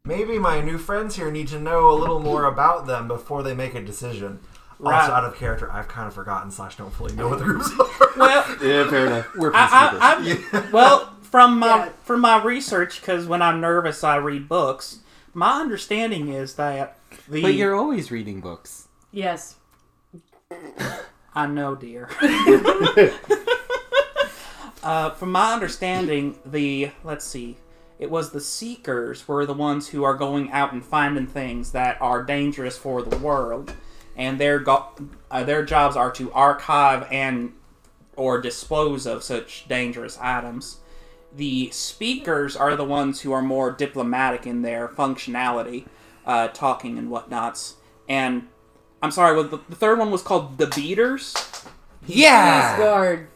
Speaker 5: Maybe my new friends here need to know a little more about them before they make a decision. Also, out of character, I've kind of forgotten slash don't fully know what the groups are.
Speaker 4: Well,
Speaker 1: Yeah, fair enough. We're
Speaker 4: I, I, I, well, from my
Speaker 7: Yeah.
Speaker 4: from my research, because when I'm nervous, I read books. My understanding is that the
Speaker 9: But you're always reading books.
Speaker 7: Yes.
Speaker 4: I know, dear. uh, from my understanding, the let's see, it was the seekers were the ones who are going out and finding things that are dangerous for the world, and their go- uh, their jobs are to archive and or dispose of such dangerous items. The speakers are the ones who are more diplomatic in their functionality, uh, talking and whatnots. And I'm sorry, was the, the third one was called the beaters,
Speaker 6: Ah.
Speaker 9: Yeah.
Speaker 7: Guard.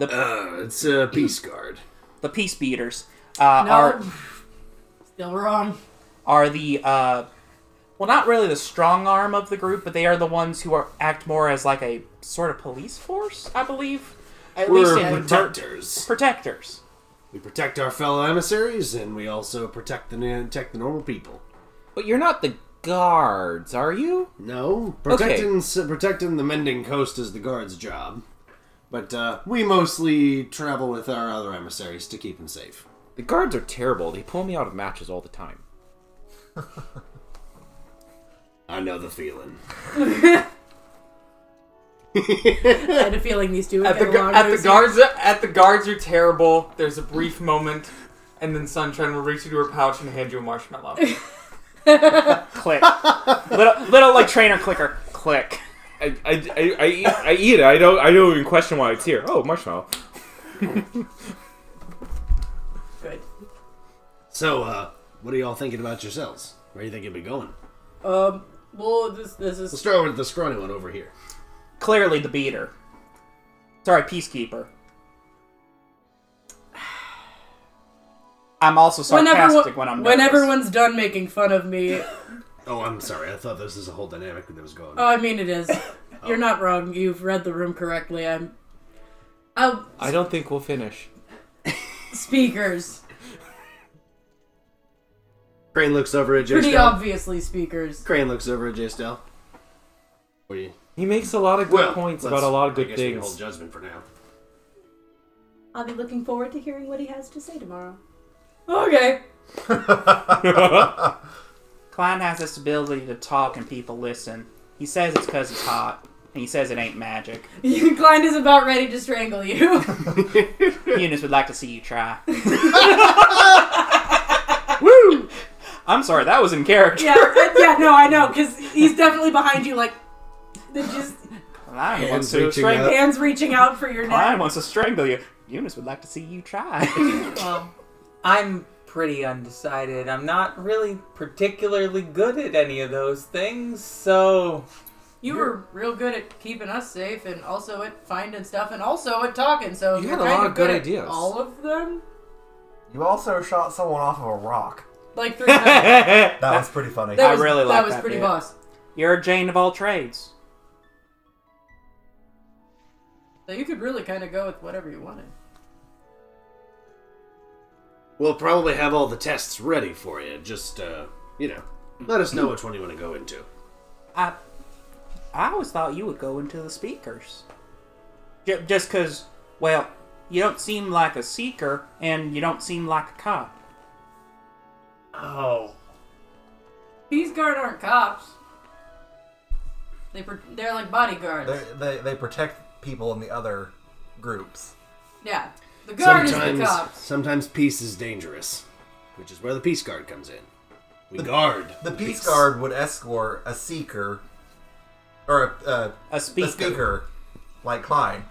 Speaker 1: Uh, it's a peace guard.
Speaker 4: the peace beaters. Uh,
Speaker 7: No.
Speaker 4: Are
Speaker 7: Still wrong.
Speaker 4: are the uh, well, not really the strong arm of the group, but they are the ones who are act more as like a sort of police force, I believe. At least in
Speaker 1: protectors.
Speaker 4: protectors.
Speaker 1: We protect our fellow emissaries, and we also protect the protect the normal people.
Speaker 9: But you're not the guards, are you?
Speaker 1: No, protecting s protecting the mending coast is the guard's job, but uh, we mostly travel with our other emissaries to keep them safe.
Speaker 9: The guards are terrible. They pull me out of matches all the time.
Speaker 1: I know the feeling.
Speaker 7: I had a feeling these two would
Speaker 6: At the,
Speaker 7: get
Speaker 6: gu-
Speaker 7: along.
Speaker 6: at the
Speaker 7: Lucy.
Speaker 6: guards, at the guards are terrible. There's a brief moment, and then Sunshine will reach into her pouch and hand you a marshmallow.
Speaker 4: Click. little, little like trainer clicker. Click.
Speaker 10: I, I, I, I, eat, I eat it. I don't I don't even question why it's here. Oh, marshmallow.
Speaker 7: Good.
Speaker 1: So, uh, what are y'all thinking about yourselves? Where do you think you'll be going?
Speaker 7: Um. Well, this this is
Speaker 1: We'll start with the scrawny one over here.
Speaker 4: Clearly the beater. Sorry, peacekeeper. I'm also
Speaker 7: when
Speaker 4: sarcastic when, I'm nervous.
Speaker 7: everyone's done making fun of me, oh,
Speaker 1: Oh, I'm sorry. I thought this was a whole dynamic that was going. on.
Speaker 7: I mean it is.
Speaker 4: Oh.
Speaker 7: You're not wrong. You've read the room correctly. I'm. Oh,
Speaker 9: I don't think we'll finish.
Speaker 7: speakers.
Speaker 1: Oh. Crane looks over at
Speaker 7: Pretty
Speaker 1: Jaistel.
Speaker 7: obviously speakers.
Speaker 1: Crane looks over at Jaistel. What do you?
Speaker 9: He makes a lot of good points
Speaker 1: let's-
Speaker 9: about a lot of
Speaker 1: I
Speaker 9: good
Speaker 1: guess we can Hold
Speaker 9: things.
Speaker 1: judgment for now.
Speaker 7: I'll be looking forward to hearing what he has to say tomorrow. Okay.
Speaker 4: Klein has this ability to talk and people listen. He says it's because he's hot, and he says it ain't magic.
Speaker 7: Klein is about ready to strangle you.
Speaker 4: Eunice would like to see you try. Woo! I'm sorry, that was in character.
Speaker 7: yeah, uh, yeah, no, I know, because he's definitely behind you, like, they just
Speaker 4: Klein wants
Speaker 1: Hands
Speaker 4: to
Speaker 1: reaching
Speaker 4: strangle.
Speaker 1: out.
Speaker 7: hands reaching out for your
Speaker 4: Klein
Speaker 7: neck.
Speaker 4: wants to strangle you. Eunice would like to see you try.
Speaker 6: well, I'm pretty undecided. I'm not really particularly good at any of those things, so
Speaker 7: You were real good at keeping us safe, and also at finding stuff, and also at talking. So
Speaker 9: You
Speaker 7: you're
Speaker 9: had a
Speaker 7: kind
Speaker 9: lot of good
Speaker 7: at
Speaker 9: ideas.
Speaker 7: All of them,
Speaker 5: You also shot someone off of a rock.
Speaker 7: like three. times.
Speaker 5: That was pretty funny.
Speaker 7: That
Speaker 4: I
Speaker 7: was,
Speaker 4: really
Speaker 7: that
Speaker 4: like
Speaker 7: was
Speaker 4: that
Speaker 7: pretty
Speaker 4: bit.
Speaker 7: boss.
Speaker 4: You're a Jane of all trades.
Speaker 7: So you could really kind of go with whatever you wanted.
Speaker 1: We'll probably have all the tests ready for you. Just, uh, you know, let us know which one you want to go into.
Speaker 4: I, I always thought you would go into the speakers. J- just because, well, you don't seem like a seeker, and you don't seem like a cop.
Speaker 6: oh,
Speaker 7: These guard aren't cops. They pro- they're like bodyguards.
Speaker 5: They, they, they protect people in the other groups.
Speaker 7: yeah, The guard is the
Speaker 1: sometimes,
Speaker 7: cop.
Speaker 1: sometimes peace is dangerous, which is where the peace guard comes in. We guard
Speaker 5: The peace guard would escort a seeker or a, uh,
Speaker 4: A Uh, speaker.
Speaker 5: a speaker like Klein.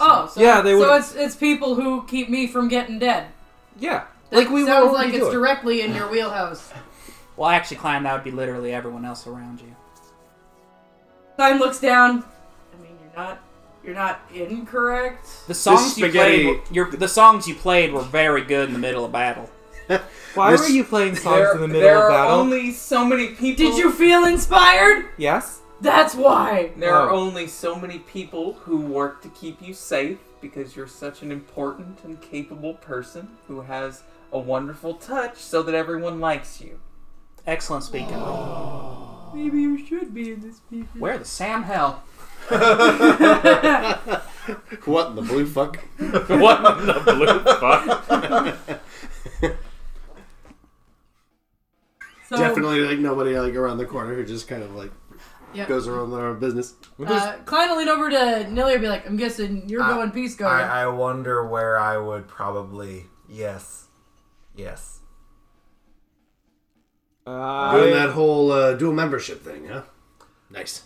Speaker 7: Oh, so,
Speaker 9: Yeah, they
Speaker 7: so
Speaker 9: would've-
Speaker 7: it's it's people who keep me from getting dead.
Speaker 9: Yeah.
Speaker 7: That
Speaker 9: like we were
Speaker 7: sounds
Speaker 9: already
Speaker 7: like it's
Speaker 9: doing.
Speaker 7: directly in your wheelhouse.
Speaker 4: Well, actually, Klein, that would be literally everyone else around you.
Speaker 7: Stein looks down. I mean, you're not you're not incorrect.
Speaker 4: The songs
Speaker 10: spaghetti-
Speaker 4: you played, were, your, the songs you played were very good in the middle of battle.
Speaker 9: Why
Speaker 1: This-
Speaker 9: were you playing songs
Speaker 6: There,
Speaker 9: in the
Speaker 6: there
Speaker 9: middle of
Speaker 6: are
Speaker 9: battle?
Speaker 6: only so many people.
Speaker 7: Did you feel inspired?
Speaker 9: Yes.
Speaker 7: That's why.
Speaker 6: There are
Speaker 9: Oh.
Speaker 6: only so many people who work to keep you safe because you're such an important and capable person who has a wonderful touch so that everyone likes you.
Speaker 4: Excellent speaking.
Speaker 6: Maybe you should be in this people.
Speaker 4: Where the Sam hell?
Speaker 1: What in the blue fuck?
Speaker 10: what in the blue fuck?
Speaker 7: So,
Speaker 1: Definitely like nobody like around the corner who just kind of like
Speaker 7: Yep.
Speaker 1: goes around their own business.
Speaker 7: Uh, Klein will lean over to Nillier and be like, "I'm guessing you're
Speaker 5: I-
Speaker 7: going peace guard."
Speaker 5: I, I wonder where I would probably. Yes. Yes.
Speaker 1: Doing
Speaker 9: Uh,
Speaker 1: that whole uh, dual membership thing, huh? Nice.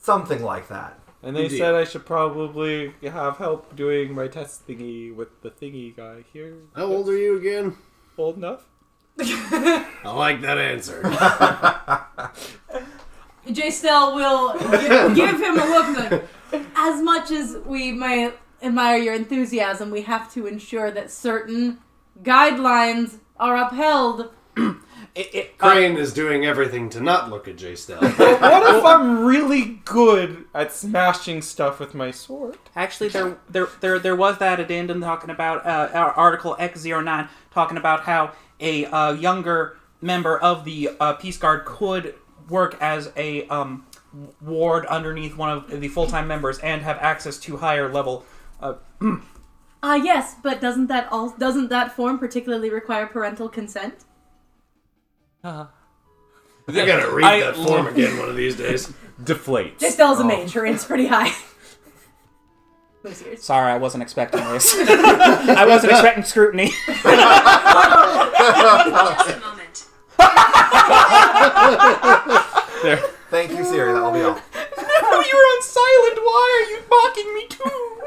Speaker 5: Something like that.
Speaker 9: and they
Speaker 1: Indeed.
Speaker 9: said I should probably have help doing my test thingy with the thingy guy here.
Speaker 1: How old are you again?
Speaker 9: Old enough?
Speaker 1: I like that answer.
Speaker 7: Jay Stell will gi- give him a look like, as much as we may admire your enthusiasm, we have to ensure that certain guidelines are upheld.
Speaker 4: It, it, uh,
Speaker 1: Crane is doing everything to not look at J Stell.
Speaker 9: What if I'm really good at smashing stuff with my sword?
Speaker 4: actually, there, there, there, there was that addendum talking about uh, our Article X09 talking about how a uh, younger member of the uh, Peace Guard could work as a um, ward underneath one of the full-time members and have access to higher level. Uh,
Speaker 7: Ah, yes, but doesn't that all doesn't that form particularly require parental consent?
Speaker 1: I gotta read
Speaker 10: I-
Speaker 1: that form again one of these days.
Speaker 10: Deflates.
Speaker 7: Jay Stell's a mage; her rate's pretty high. Who's yours?
Speaker 4: sorry, I wasn't expecting this. I wasn't expecting scrutiny.
Speaker 11: Just a moment.
Speaker 5: Thank you, Siri. That'll be all.
Speaker 4: Oh, you were on silent. Why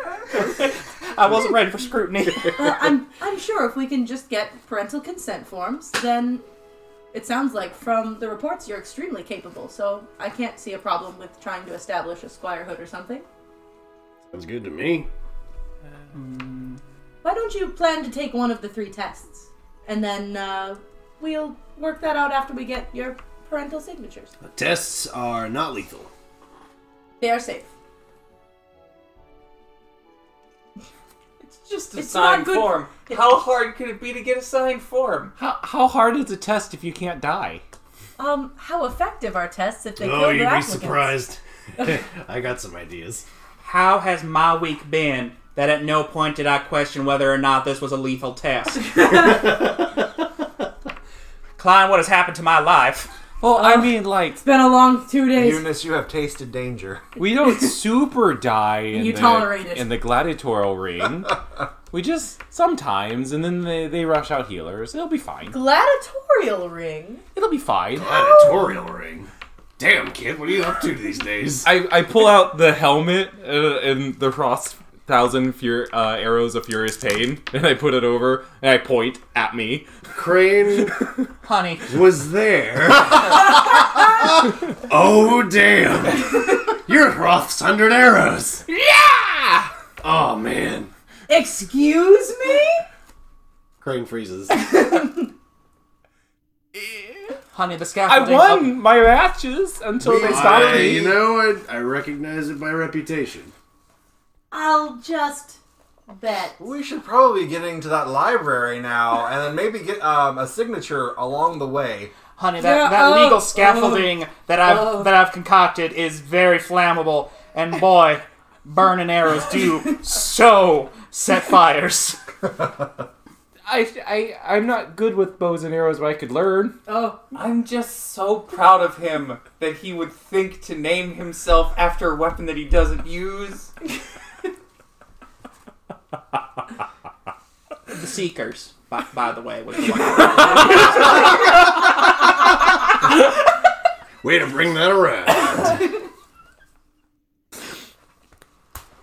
Speaker 4: are you mocking me too? I wasn't ready for scrutiny.
Speaker 7: Uh, I'm I'm sure if we can just get parental consent forms, then it sounds like from the reports you're extremely capable. So I can't see a problem with trying to establish a squirehood or something.
Speaker 1: Sounds good to me.
Speaker 7: Why don't you plan to take one of the three tests, and then uh, we'll work that out after we get your parental signatures.
Speaker 1: Tests are not lethal.
Speaker 7: They are safe.
Speaker 6: It's just a
Speaker 7: It's not
Speaker 6: signed
Speaker 7: good-
Speaker 6: form. How hard could it be to get a signed form?
Speaker 10: How, how hard is a test if you can't die?
Speaker 7: Um, how effective are tests if they
Speaker 1: oh,
Speaker 7: kill
Speaker 1: you'd
Speaker 7: the
Speaker 1: be
Speaker 7: applicants?
Speaker 1: surprised. I got some ideas.
Speaker 4: How has my week been that at no point did I question whether or not this was a lethal test? Klein, what has happened to my life?
Speaker 10: Well, I mean, like
Speaker 7: It's been a long two days.
Speaker 5: Eunice, you have tasted danger.
Speaker 10: we don't super die. In
Speaker 7: You
Speaker 10: the,
Speaker 7: tolerate it.
Speaker 10: in the gladiatorial ring. we just sometimes, and then they, they rush out healers. It'll be fine.
Speaker 7: Gladiatorial ring.
Speaker 10: It'll be fine.
Speaker 1: Editorial ring. Damn, kid, what are you up to these days?
Speaker 10: I, I pull out the helmet uh, and the cross thousand fur- uh, arrows of furious pain, and I put it over, and I point at me.
Speaker 1: Crane
Speaker 4: Honey,
Speaker 1: was there. oh, damn. You're Hroth's hundred arrows. Yeah! Oh, man.
Speaker 7: Excuse me.
Speaker 1: Crane freezes.
Speaker 4: honey, the
Speaker 10: I
Speaker 4: scaffolding.
Speaker 10: won my matches until they stopped
Speaker 1: I,
Speaker 10: me.
Speaker 1: you know, I, I recognize it by reputation.
Speaker 7: I'll just bet.
Speaker 5: We should probably be getting to that library now, and then maybe get um, a signature along the way.
Speaker 4: Honey, that,
Speaker 7: Yeah,
Speaker 4: that
Speaker 7: oh,
Speaker 4: legal scaffolding that I've that I've concocted is very flammable, and boy, burning arrows do so set fires.
Speaker 10: I, I, I'm not good with bows and arrows, but I could learn.
Speaker 7: Oh,
Speaker 6: I'm just so proud of him that he would think to name himself after a weapon that he doesn't use.
Speaker 4: The Seekers, by, by the way, was the one.
Speaker 1: Way to bring that around.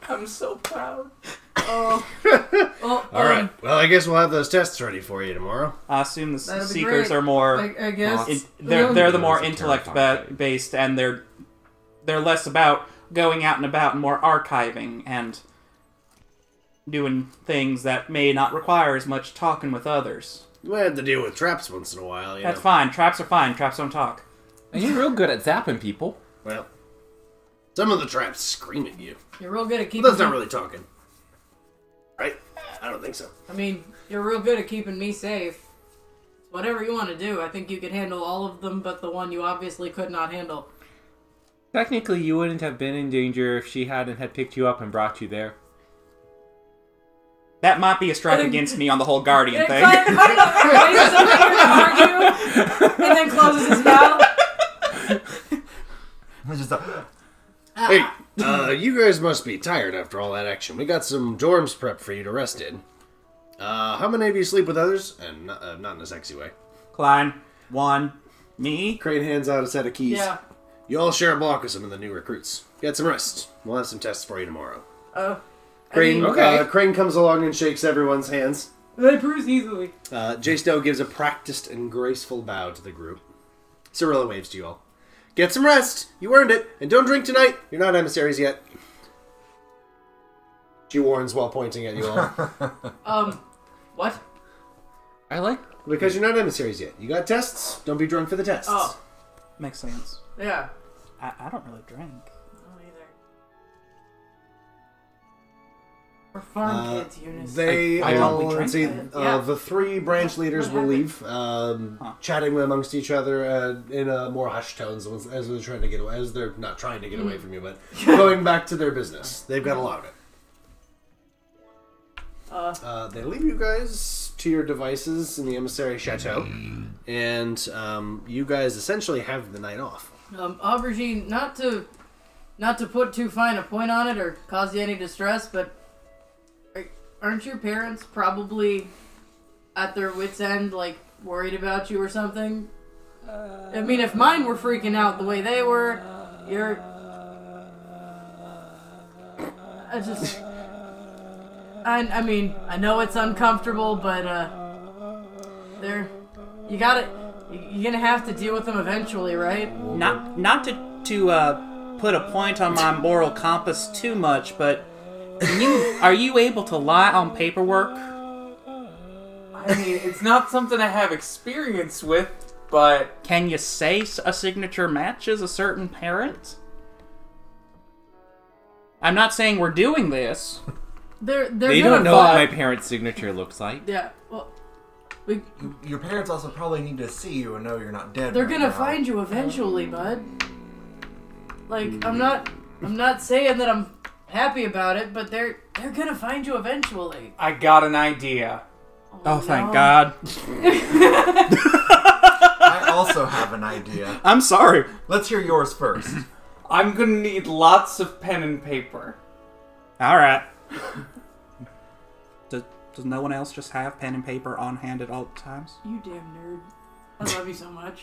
Speaker 6: I'm so proud.
Speaker 7: Well,
Speaker 1: All right. Well, I guess we'll have those tests ready for you tomorrow.
Speaker 4: I assume the
Speaker 7: That'd be
Speaker 4: Seekers
Speaker 7: great.
Speaker 4: are more.
Speaker 7: I, I guess.
Speaker 4: it,
Speaker 7: Yeah.
Speaker 4: they're they're the more
Speaker 10: Those are
Speaker 4: intellect ba-
Speaker 10: terrifying.
Speaker 4: based, and they're they're less about going out and about and more archiving and doing things that may not require as much talking with others.
Speaker 1: We have to deal with traps once in a while. You
Speaker 4: That's
Speaker 1: know.
Speaker 4: fine. Traps are fine. Traps don't talk.
Speaker 9: And you're real good at zapping people.
Speaker 1: Well, some of the traps scream at you.
Speaker 7: You're real good at keeping.
Speaker 1: That's not
Speaker 7: me-
Speaker 1: really talking, right? I don't think so.
Speaker 7: I mean, you're real good at keeping me safe. Whatever you want to do, I think you could handle all of them, but the one you obviously could not handle.
Speaker 9: Technically, you wouldn't have been in danger if she hadn't had picked you up and brought you there.
Speaker 4: That might be a strike
Speaker 7: think-
Speaker 4: against me on the whole guardian
Speaker 7: Kind
Speaker 4: thing.
Speaker 7: of- kind of raises up here to argue, and then closes his mouth.
Speaker 5: It's just a-
Speaker 7: Ah.
Speaker 1: Hey, uh, you guys must be tired after all that action. We got some dorms prep for you to rest in. Uh, how many of you sleep with others? And not, uh, not in a sexy way.
Speaker 4: Klein, one, me.
Speaker 1: Crane hands out a set of keys.
Speaker 7: Yeah.
Speaker 1: You all share a block with some of the new recruits. Get some rest. We'll have some tests for you tomorrow.
Speaker 7: Oh.
Speaker 1: Crane,
Speaker 7: I mean,
Speaker 1: uh, Crane comes along and shakes everyone's hands.
Speaker 7: they bruise easily.
Speaker 1: Uh, J. Stowe gives a practiced and graceful bow to the group. Cirilla waves to you all. Get some rest. You earned it. And don't drink tonight. You're not emissaries yet. She warns while pointing at you all.
Speaker 7: Um, what?
Speaker 9: I like.
Speaker 1: Because you're not emissaries yet. You got tests. Don't be drunk for the tests.
Speaker 7: Oh,
Speaker 4: Makes sense.
Speaker 7: yeah.
Speaker 4: I, I don't really drink.
Speaker 7: I don't either. We're farm
Speaker 1: Uh,
Speaker 7: kids, Eunice.
Speaker 1: They
Speaker 9: I- I
Speaker 4: don't- we
Speaker 1: all
Speaker 4: drank
Speaker 1: see,
Speaker 4: that.
Speaker 1: uh,
Speaker 7: Yeah.
Speaker 1: the three branch leaders
Speaker 7: What
Speaker 1: will
Speaker 7: happened?
Speaker 1: leave, um,
Speaker 4: Huh.
Speaker 1: chatting amongst each other uh, in uh, more hushed tones as, as they're trying to get away. As they're not trying to get
Speaker 7: Mm.
Speaker 1: away from you, but going back to their business. They've got a lot of it.
Speaker 7: Uh.
Speaker 1: Uh, they leave you guys to your devices in the emissary chateau, and um, you guys essentially have the night off.
Speaker 7: Um, aubergine, not to, not to put too fine a point on it or cause you any distress, but are- aren't your parents probably at their wits' end, like worried about you or something? I mean, if mine were freaking out the way they were, you're. I just. I, I mean, I know it's uncomfortable, but uh, they're. You gotta. You're gonna have to deal with them eventually, right?
Speaker 4: Not not to to uh, put a point on my moral compass too much, but can you are you able to lie on paperwork?
Speaker 6: I mean, it's not something I have experience with, but
Speaker 4: Can you say s- a signature matches a certain parent? I'm not saying we're doing this.
Speaker 7: They're they're
Speaker 9: They
Speaker 7: gonna
Speaker 9: don't know what my
Speaker 7: vibe.
Speaker 9: parents' signature looks like.
Speaker 7: Yeah, well, we,
Speaker 5: your parents also probably need to see you and know you're not dead.
Speaker 7: they're
Speaker 5: right
Speaker 7: gonna
Speaker 5: now.
Speaker 7: find you eventually, bud. Like I'm not I'm not saying that I'm happy about it, but they're they're gonna find you eventually.
Speaker 6: I got an idea.
Speaker 4: Oh, thank
Speaker 7: no.
Speaker 4: God.
Speaker 5: I also have an idea.
Speaker 4: I'm sorry.
Speaker 5: Let's hear yours first.
Speaker 6: I'm gonna need lots of pen and paper.
Speaker 4: All right. Does, does no one else just have pen and paper on hand at all times?
Speaker 7: You damn nerd. I love you so much.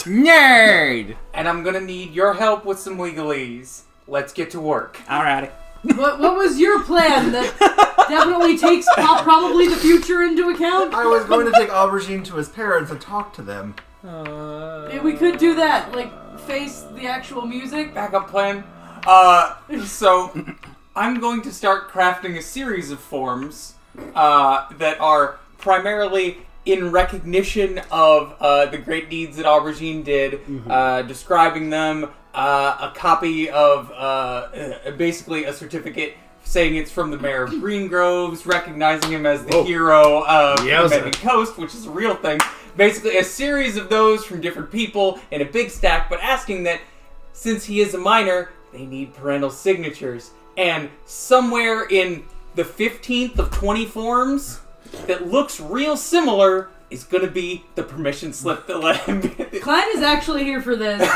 Speaker 9: Nerd.
Speaker 6: And I'm gonna need your help with some legalese. Let's get to work.
Speaker 4: All righty.
Speaker 7: What what was your plan that definitely takes po- probably the future into account?
Speaker 5: I was going to take Aubergine to his parents and talk to them.
Speaker 7: Yeah, We could do that, like face the actual music.
Speaker 6: Backup plan? Uh, so I'm going to start crafting a series of forms uh, that are primarily in recognition of uh, the great deeds that Aubergine did,
Speaker 1: Mm-hmm.
Speaker 6: uh, describing them, uh, a copy of uh, uh, basically a certificate saying it's from the mayor of Green Groves, recognizing him as the
Speaker 1: Whoa.
Speaker 6: hero of
Speaker 1: Yowza.
Speaker 6: the Mending Coast, which is a real thing. Basically, a series of those from different people in a big stack, but asking that since he is a minor, they need parental signatures. And somewhere in the 15th of 20 forms that looks real similar is going to be the permission slip that let him
Speaker 7: Klein is actually here for this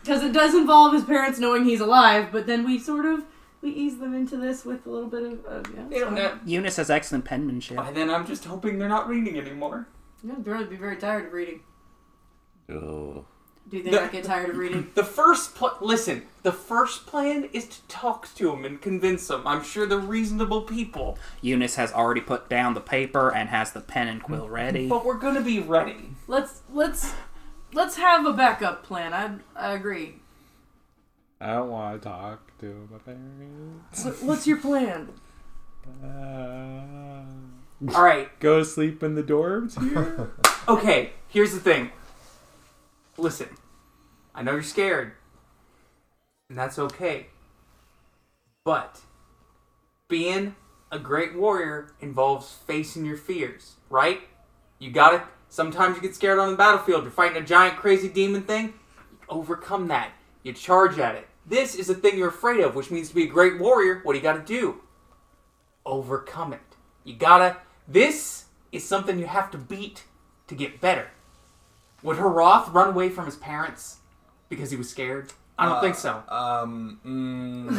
Speaker 7: because it does involve his parents knowing he's alive, but then we sort of
Speaker 12: we ease them into this with a little bit of. Uh, yeah,
Speaker 6: They don't
Speaker 12: sorry.
Speaker 6: know.
Speaker 4: Eunice has excellent penmanship.
Speaker 6: By then, I'm just hoping they're not reading anymore.
Speaker 7: Yeah, they're gonna be very tired of reading.
Speaker 13: Oh.
Speaker 7: Do they
Speaker 6: The-
Speaker 7: not get tired of reading?
Speaker 6: The first pl- listen. The first plan is to talk to them and convince them. I'm sure they're reasonable people,
Speaker 4: Eunice has already put down the paper and has the pen and quill ready.
Speaker 6: but we're gonna be ready.
Speaker 7: Let's let's let's have a backup plan. I I agree.
Speaker 9: I don't want to talk to my parents.
Speaker 7: What, what's your plan?
Speaker 6: All right.
Speaker 9: Go to sleep in the dorms here.
Speaker 6: Okay, here's the thing. Listen, I know you're scared, and that's okay. But being a great warrior involves facing your fears, right? You gotta. Sometimes you get scared on the battlefield. You're fighting a giant, crazy demon thing. You overcome that. You charge at it. This is the thing you're afraid of, which means to be a great warrior. What do you gotta do? Overcome it. You gotta. This is something you have to beat to get better. Would Hroth run away from his parents because he was scared? I don't
Speaker 5: Uh,
Speaker 6: think so.
Speaker 5: Um.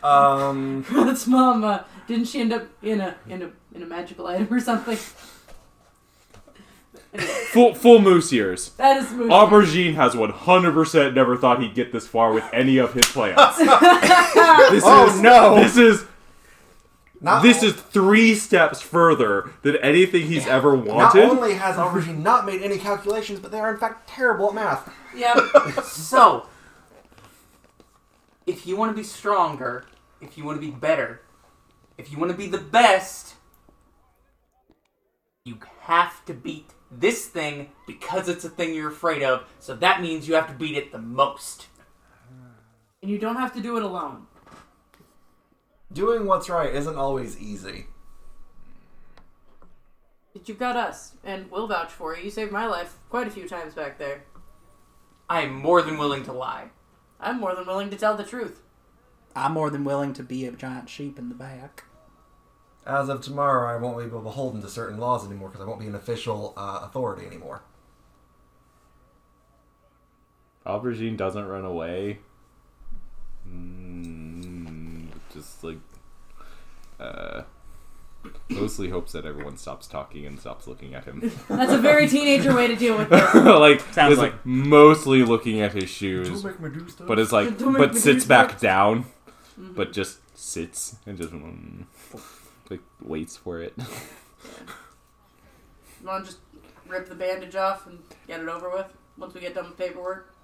Speaker 5: Mm,
Speaker 12: Uh.
Speaker 5: um.
Speaker 7: Roth's mom uh, didn't she end up in a in a in a magical item or something?
Speaker 9: full full moose ears.
Speaker 7: That is moose
Speaker 9: Aubergine has 100% never thought he'd get this far with any of his plans. this
Speaker 5: Oh,
Speaker 9: is,
Speaker 5: no.
Speaker 9: This is. This is three steps further than anything he's ever
Speaker 5: Not
Speaker 9: wanted.
Speaker 5: only has Aubergine not made any calculations, but they are in fact terrible at math.
Speaker 7: Yeah.
Speaker 6: so, if you want to be stronger, if you want to be better, if you want to be the best, you have to beat this thing because it's a thing you're afraid of. So that means you have to beat it the most.
Speaker 7: And you don't have to do it alone.
Speaker 5: Doing what's right isn't always easy.
Speaker 7: But you've got us, and we'll vouch for you. You saved my life quite a few times back there.
Speaker 6: I am more than willing to lie.
Speaker 7: I'm more than willing to tell the truth.
Speaker 4: I'm more than willing to be a giant sheep in the back.
Speaker 5: As of tomorrow, I won't be beholden to certain laws anymore because I won't be an official uh, authority anymore.
Speaker 9: Aubergine doesn't run away. Mm, just like. Uh, mostly hopes that everyone stops talking and stops looking at him.
Speaker 7: That's a very teenager way to deal with this.
Speaker 9: like
Speaker 4: Sounds
Speaker 9: is
Speaker 4: like-
Speaker 9: mostly looking at his shoes,
Speaker 5: Don't make me do stuff.
Speaker 9: but it's like
Speaker 5: Don't make
Speaker 9: but
Speaker 5: me
Speaker 9: sits
Speaker 5: do
Speaker 9: back
Speaker 5: stuff.
Speaker 9: down,
Speaker 5: Mhm.
Speaker 9: but just sits and just mm, like waits for it.
Speaker 7: You want to just rip the bandage off and get it over with once we get done with paperwork?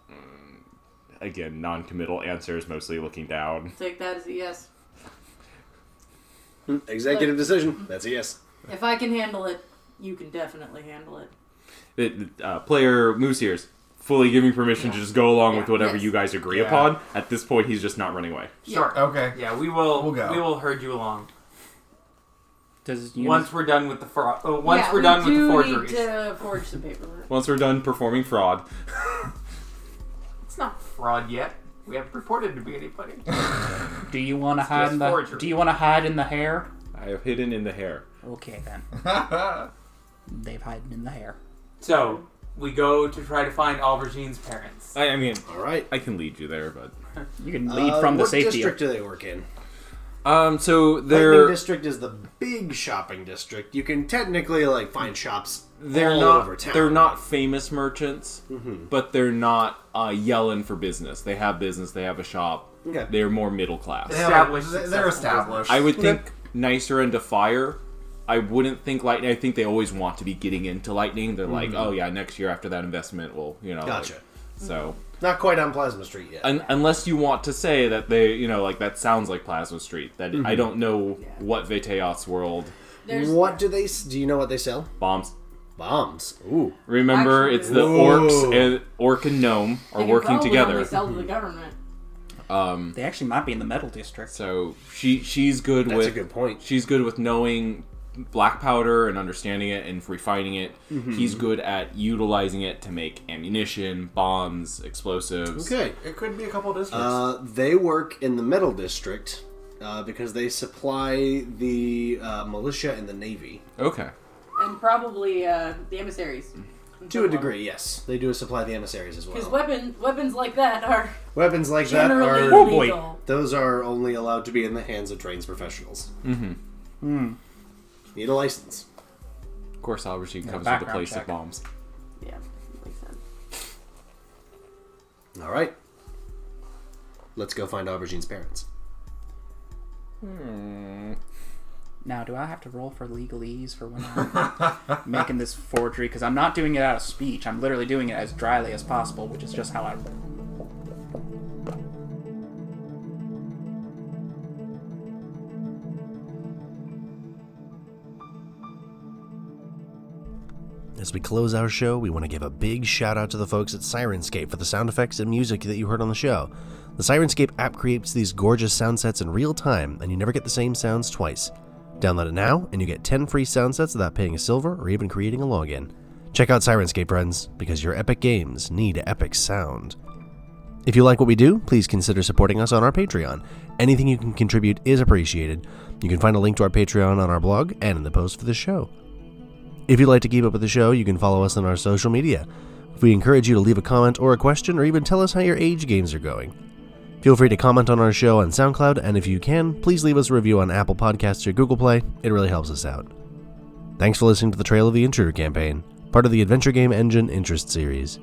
Speaker 9: Again, non-committal answers, mostly looking down.
Speaker 7: Take that as a yes.
Speaker 1: Executive decision. That's a yes.
Speaker 7: If I can handle it, you can definitely handle it.
Speaker 9: It, uh, player Moose ears fully giving permission to just go along with
Speaker 7: Yeah.
Speaker 9: whatever
Speaker 7: Yes.
Speaker 9: you guys agree
Speaker 5: Yeah.
Speaker 9: upon. At this point, he's just not running away.
Speaker 6: Sure.
Speaker 5: Okay.
Speaker 6: Yeah, we will.
Speaker 5: We'll go.
Speaker 6: We will herd you along.
Speaker 4: Does
Speaker 6: once we're done with the fraud? Uh, once we're done with the forgeries,
Speaker 7: need to forge some paperwork.
Speaker 9: Once we're done performing fraud,
Speaker 6: it's not fraud yet. We haven't reported to be anybody.
Speaker 4: Do you want to
Speaker 6: It's
Speaker 4: hide
Speaker 6: just
Speaker 4: in the?
Speaker 6: forgery.
Speaker 4: Do you want to hide in the hair?
Speaker 9: I have hidden in the hair.
Speaker 4: Okay then. They've hidden in the hair.
Speaker 6: so we go to try to find Albergine's parents.
Speaker 9: I, I mean,
Speaker 1: all right, Uh,
Speaker 9: I can lead you there, but
Speaker 4: you can
Speaker 6: lead from the
Speaker 1: what
Speaker 6: safety of-
Speaker 1: district do they work in?
Speaker 9: um, so
Speaker 1: Lightning
Speaker 9: they're
Speaker 1: district is the big shopping district. You can technically like find shops
Speaker 9: they're
Speaker 1: all
Speaker 9: not
Speaker 1: over town. Mm-hmm.
Speaker 9: they're not famous merchants, but they're not uh, yelling for business. They have business. They have a shop.
Speaker 1: Okay.
Speaker 9: They're more middle class.
Speaker 5: Established They're- they're successful established. business.
Speaker 9: I would
Speaker 5: Okay.
Speaker 9: think nicer into fire. I wouldn't think lightning. I think they always want to be getting into lightning. They're like,
Speaker 1: Mhm.
Speaker 4: Mm-hmm.
Speaker 9: oh yeah, next year after that investment, we'll you know. like-
Speaker 1: Gotcha.
Speaker 9: so.
Speaker 1: Not quite on Plasma Street yet.
Speaker 9: Un- unless you want to say that they, you know, like that sounds like Plasma Street. That I
Speaker 4: Mm-hmm.
Speaker 1: Mhm.
Speaker 9: don't know what Veteos world
Speaker 7: There's-
Speaker 1: What do they? s- Do you know what they sell?
Speaker 9: bombs.
Speaker 1: Bombs. Ooh.
Speaker 9: Remember,
Speaker 7: Actually-
Speaker 9: it's the
Speaker 1: Whoa.
Speaker 9: orcs and orc and gnome are
Speaker 7: They could
Speaker 9: working
Speaker 7: probably
Speaker 9: together.
Speaker 7: Only sell to the government.
Speaker 9: Um,
Speaker 4: they actually might be in the metal district.
Speaker 9: So she she's good
Speaker 4: That's
Speaker 9: with
Speaker 4: a good point.
Speaker 9: She's good with knowing black powder and understanding it and refining it.
Speaker 1: Mhm.
Speaker 9: He's good at utilizing it to make ammunition, bombs, explosives.
Speaker 1: Okay.
Speaker 5: It could be a couple districts.
Speaker 1: Uh, they work in the metal district uh, because they supply the uh, militia and the navy.
Speaker 9: Okay.
Speaker 7: And probably uh, the emissaries.
Speaker 1: To a degree, yes. They do supply the emissaries as well.
Speaker 7: Because weapon, weapons like that are.
Speaker 1: Weapons like
Speaker 7: Generally
Speaker 1: that are
Speaker 7: Oh, boy. illegal.
Speaker 1: those are only allowed to be in the hands of trained professionals.
Speaker 10: Mm-hmm.
Speaker 4: Hmm.
Speaker 1: Need a license.
Speaker 10: Of course, Aubergine
Speaker 1: Yeah,
Speaker 10: comes with a
Speaker 1: background
Speaker 10: place
Speaker 1: check.
Speaker 10: of bombs.
Speaker 11: Yeah, makes sense.
Speaker 1: All right. Let's go find Aubergine's parents.
Speaker 4: Hmm. Now, do I have to roll for legalese for when I'm making this forgery? Because I'm not doing it out of speech. I'm literally doing it as dryly as possible, which is just how I roll.
Speaker 1: As we close our show, we want to give a big shout out to the folks at Sirenscape for the sound effects and music that you heard on the show. The Sirenscape app creates these gorgeous sound sets in real time, and you never get the same sounds twice. Download it now, and you get 10 free sound sets without paying a silver or even creating a login. Check out Sirenscape, friends, because your epic games need epic sound. If you like what we do, please consider supporting us on our Patreon. Anything you can contribute is appreciated. You can find a link to our Patreon on our blog and in the post for this show. If you'd like to keep up with the show, you can follow us on our social media. We encourage you to leave a comment or a question or even tell us how your age games are going. Feel free to comment on our show on SoundCloud, and if you can, please leave us a review on Apple Podcasts or Google Play. It really helps us out. Thanks for listening to the Trail of the Intruder campaign, part of the Adventure Game Engine Interest series.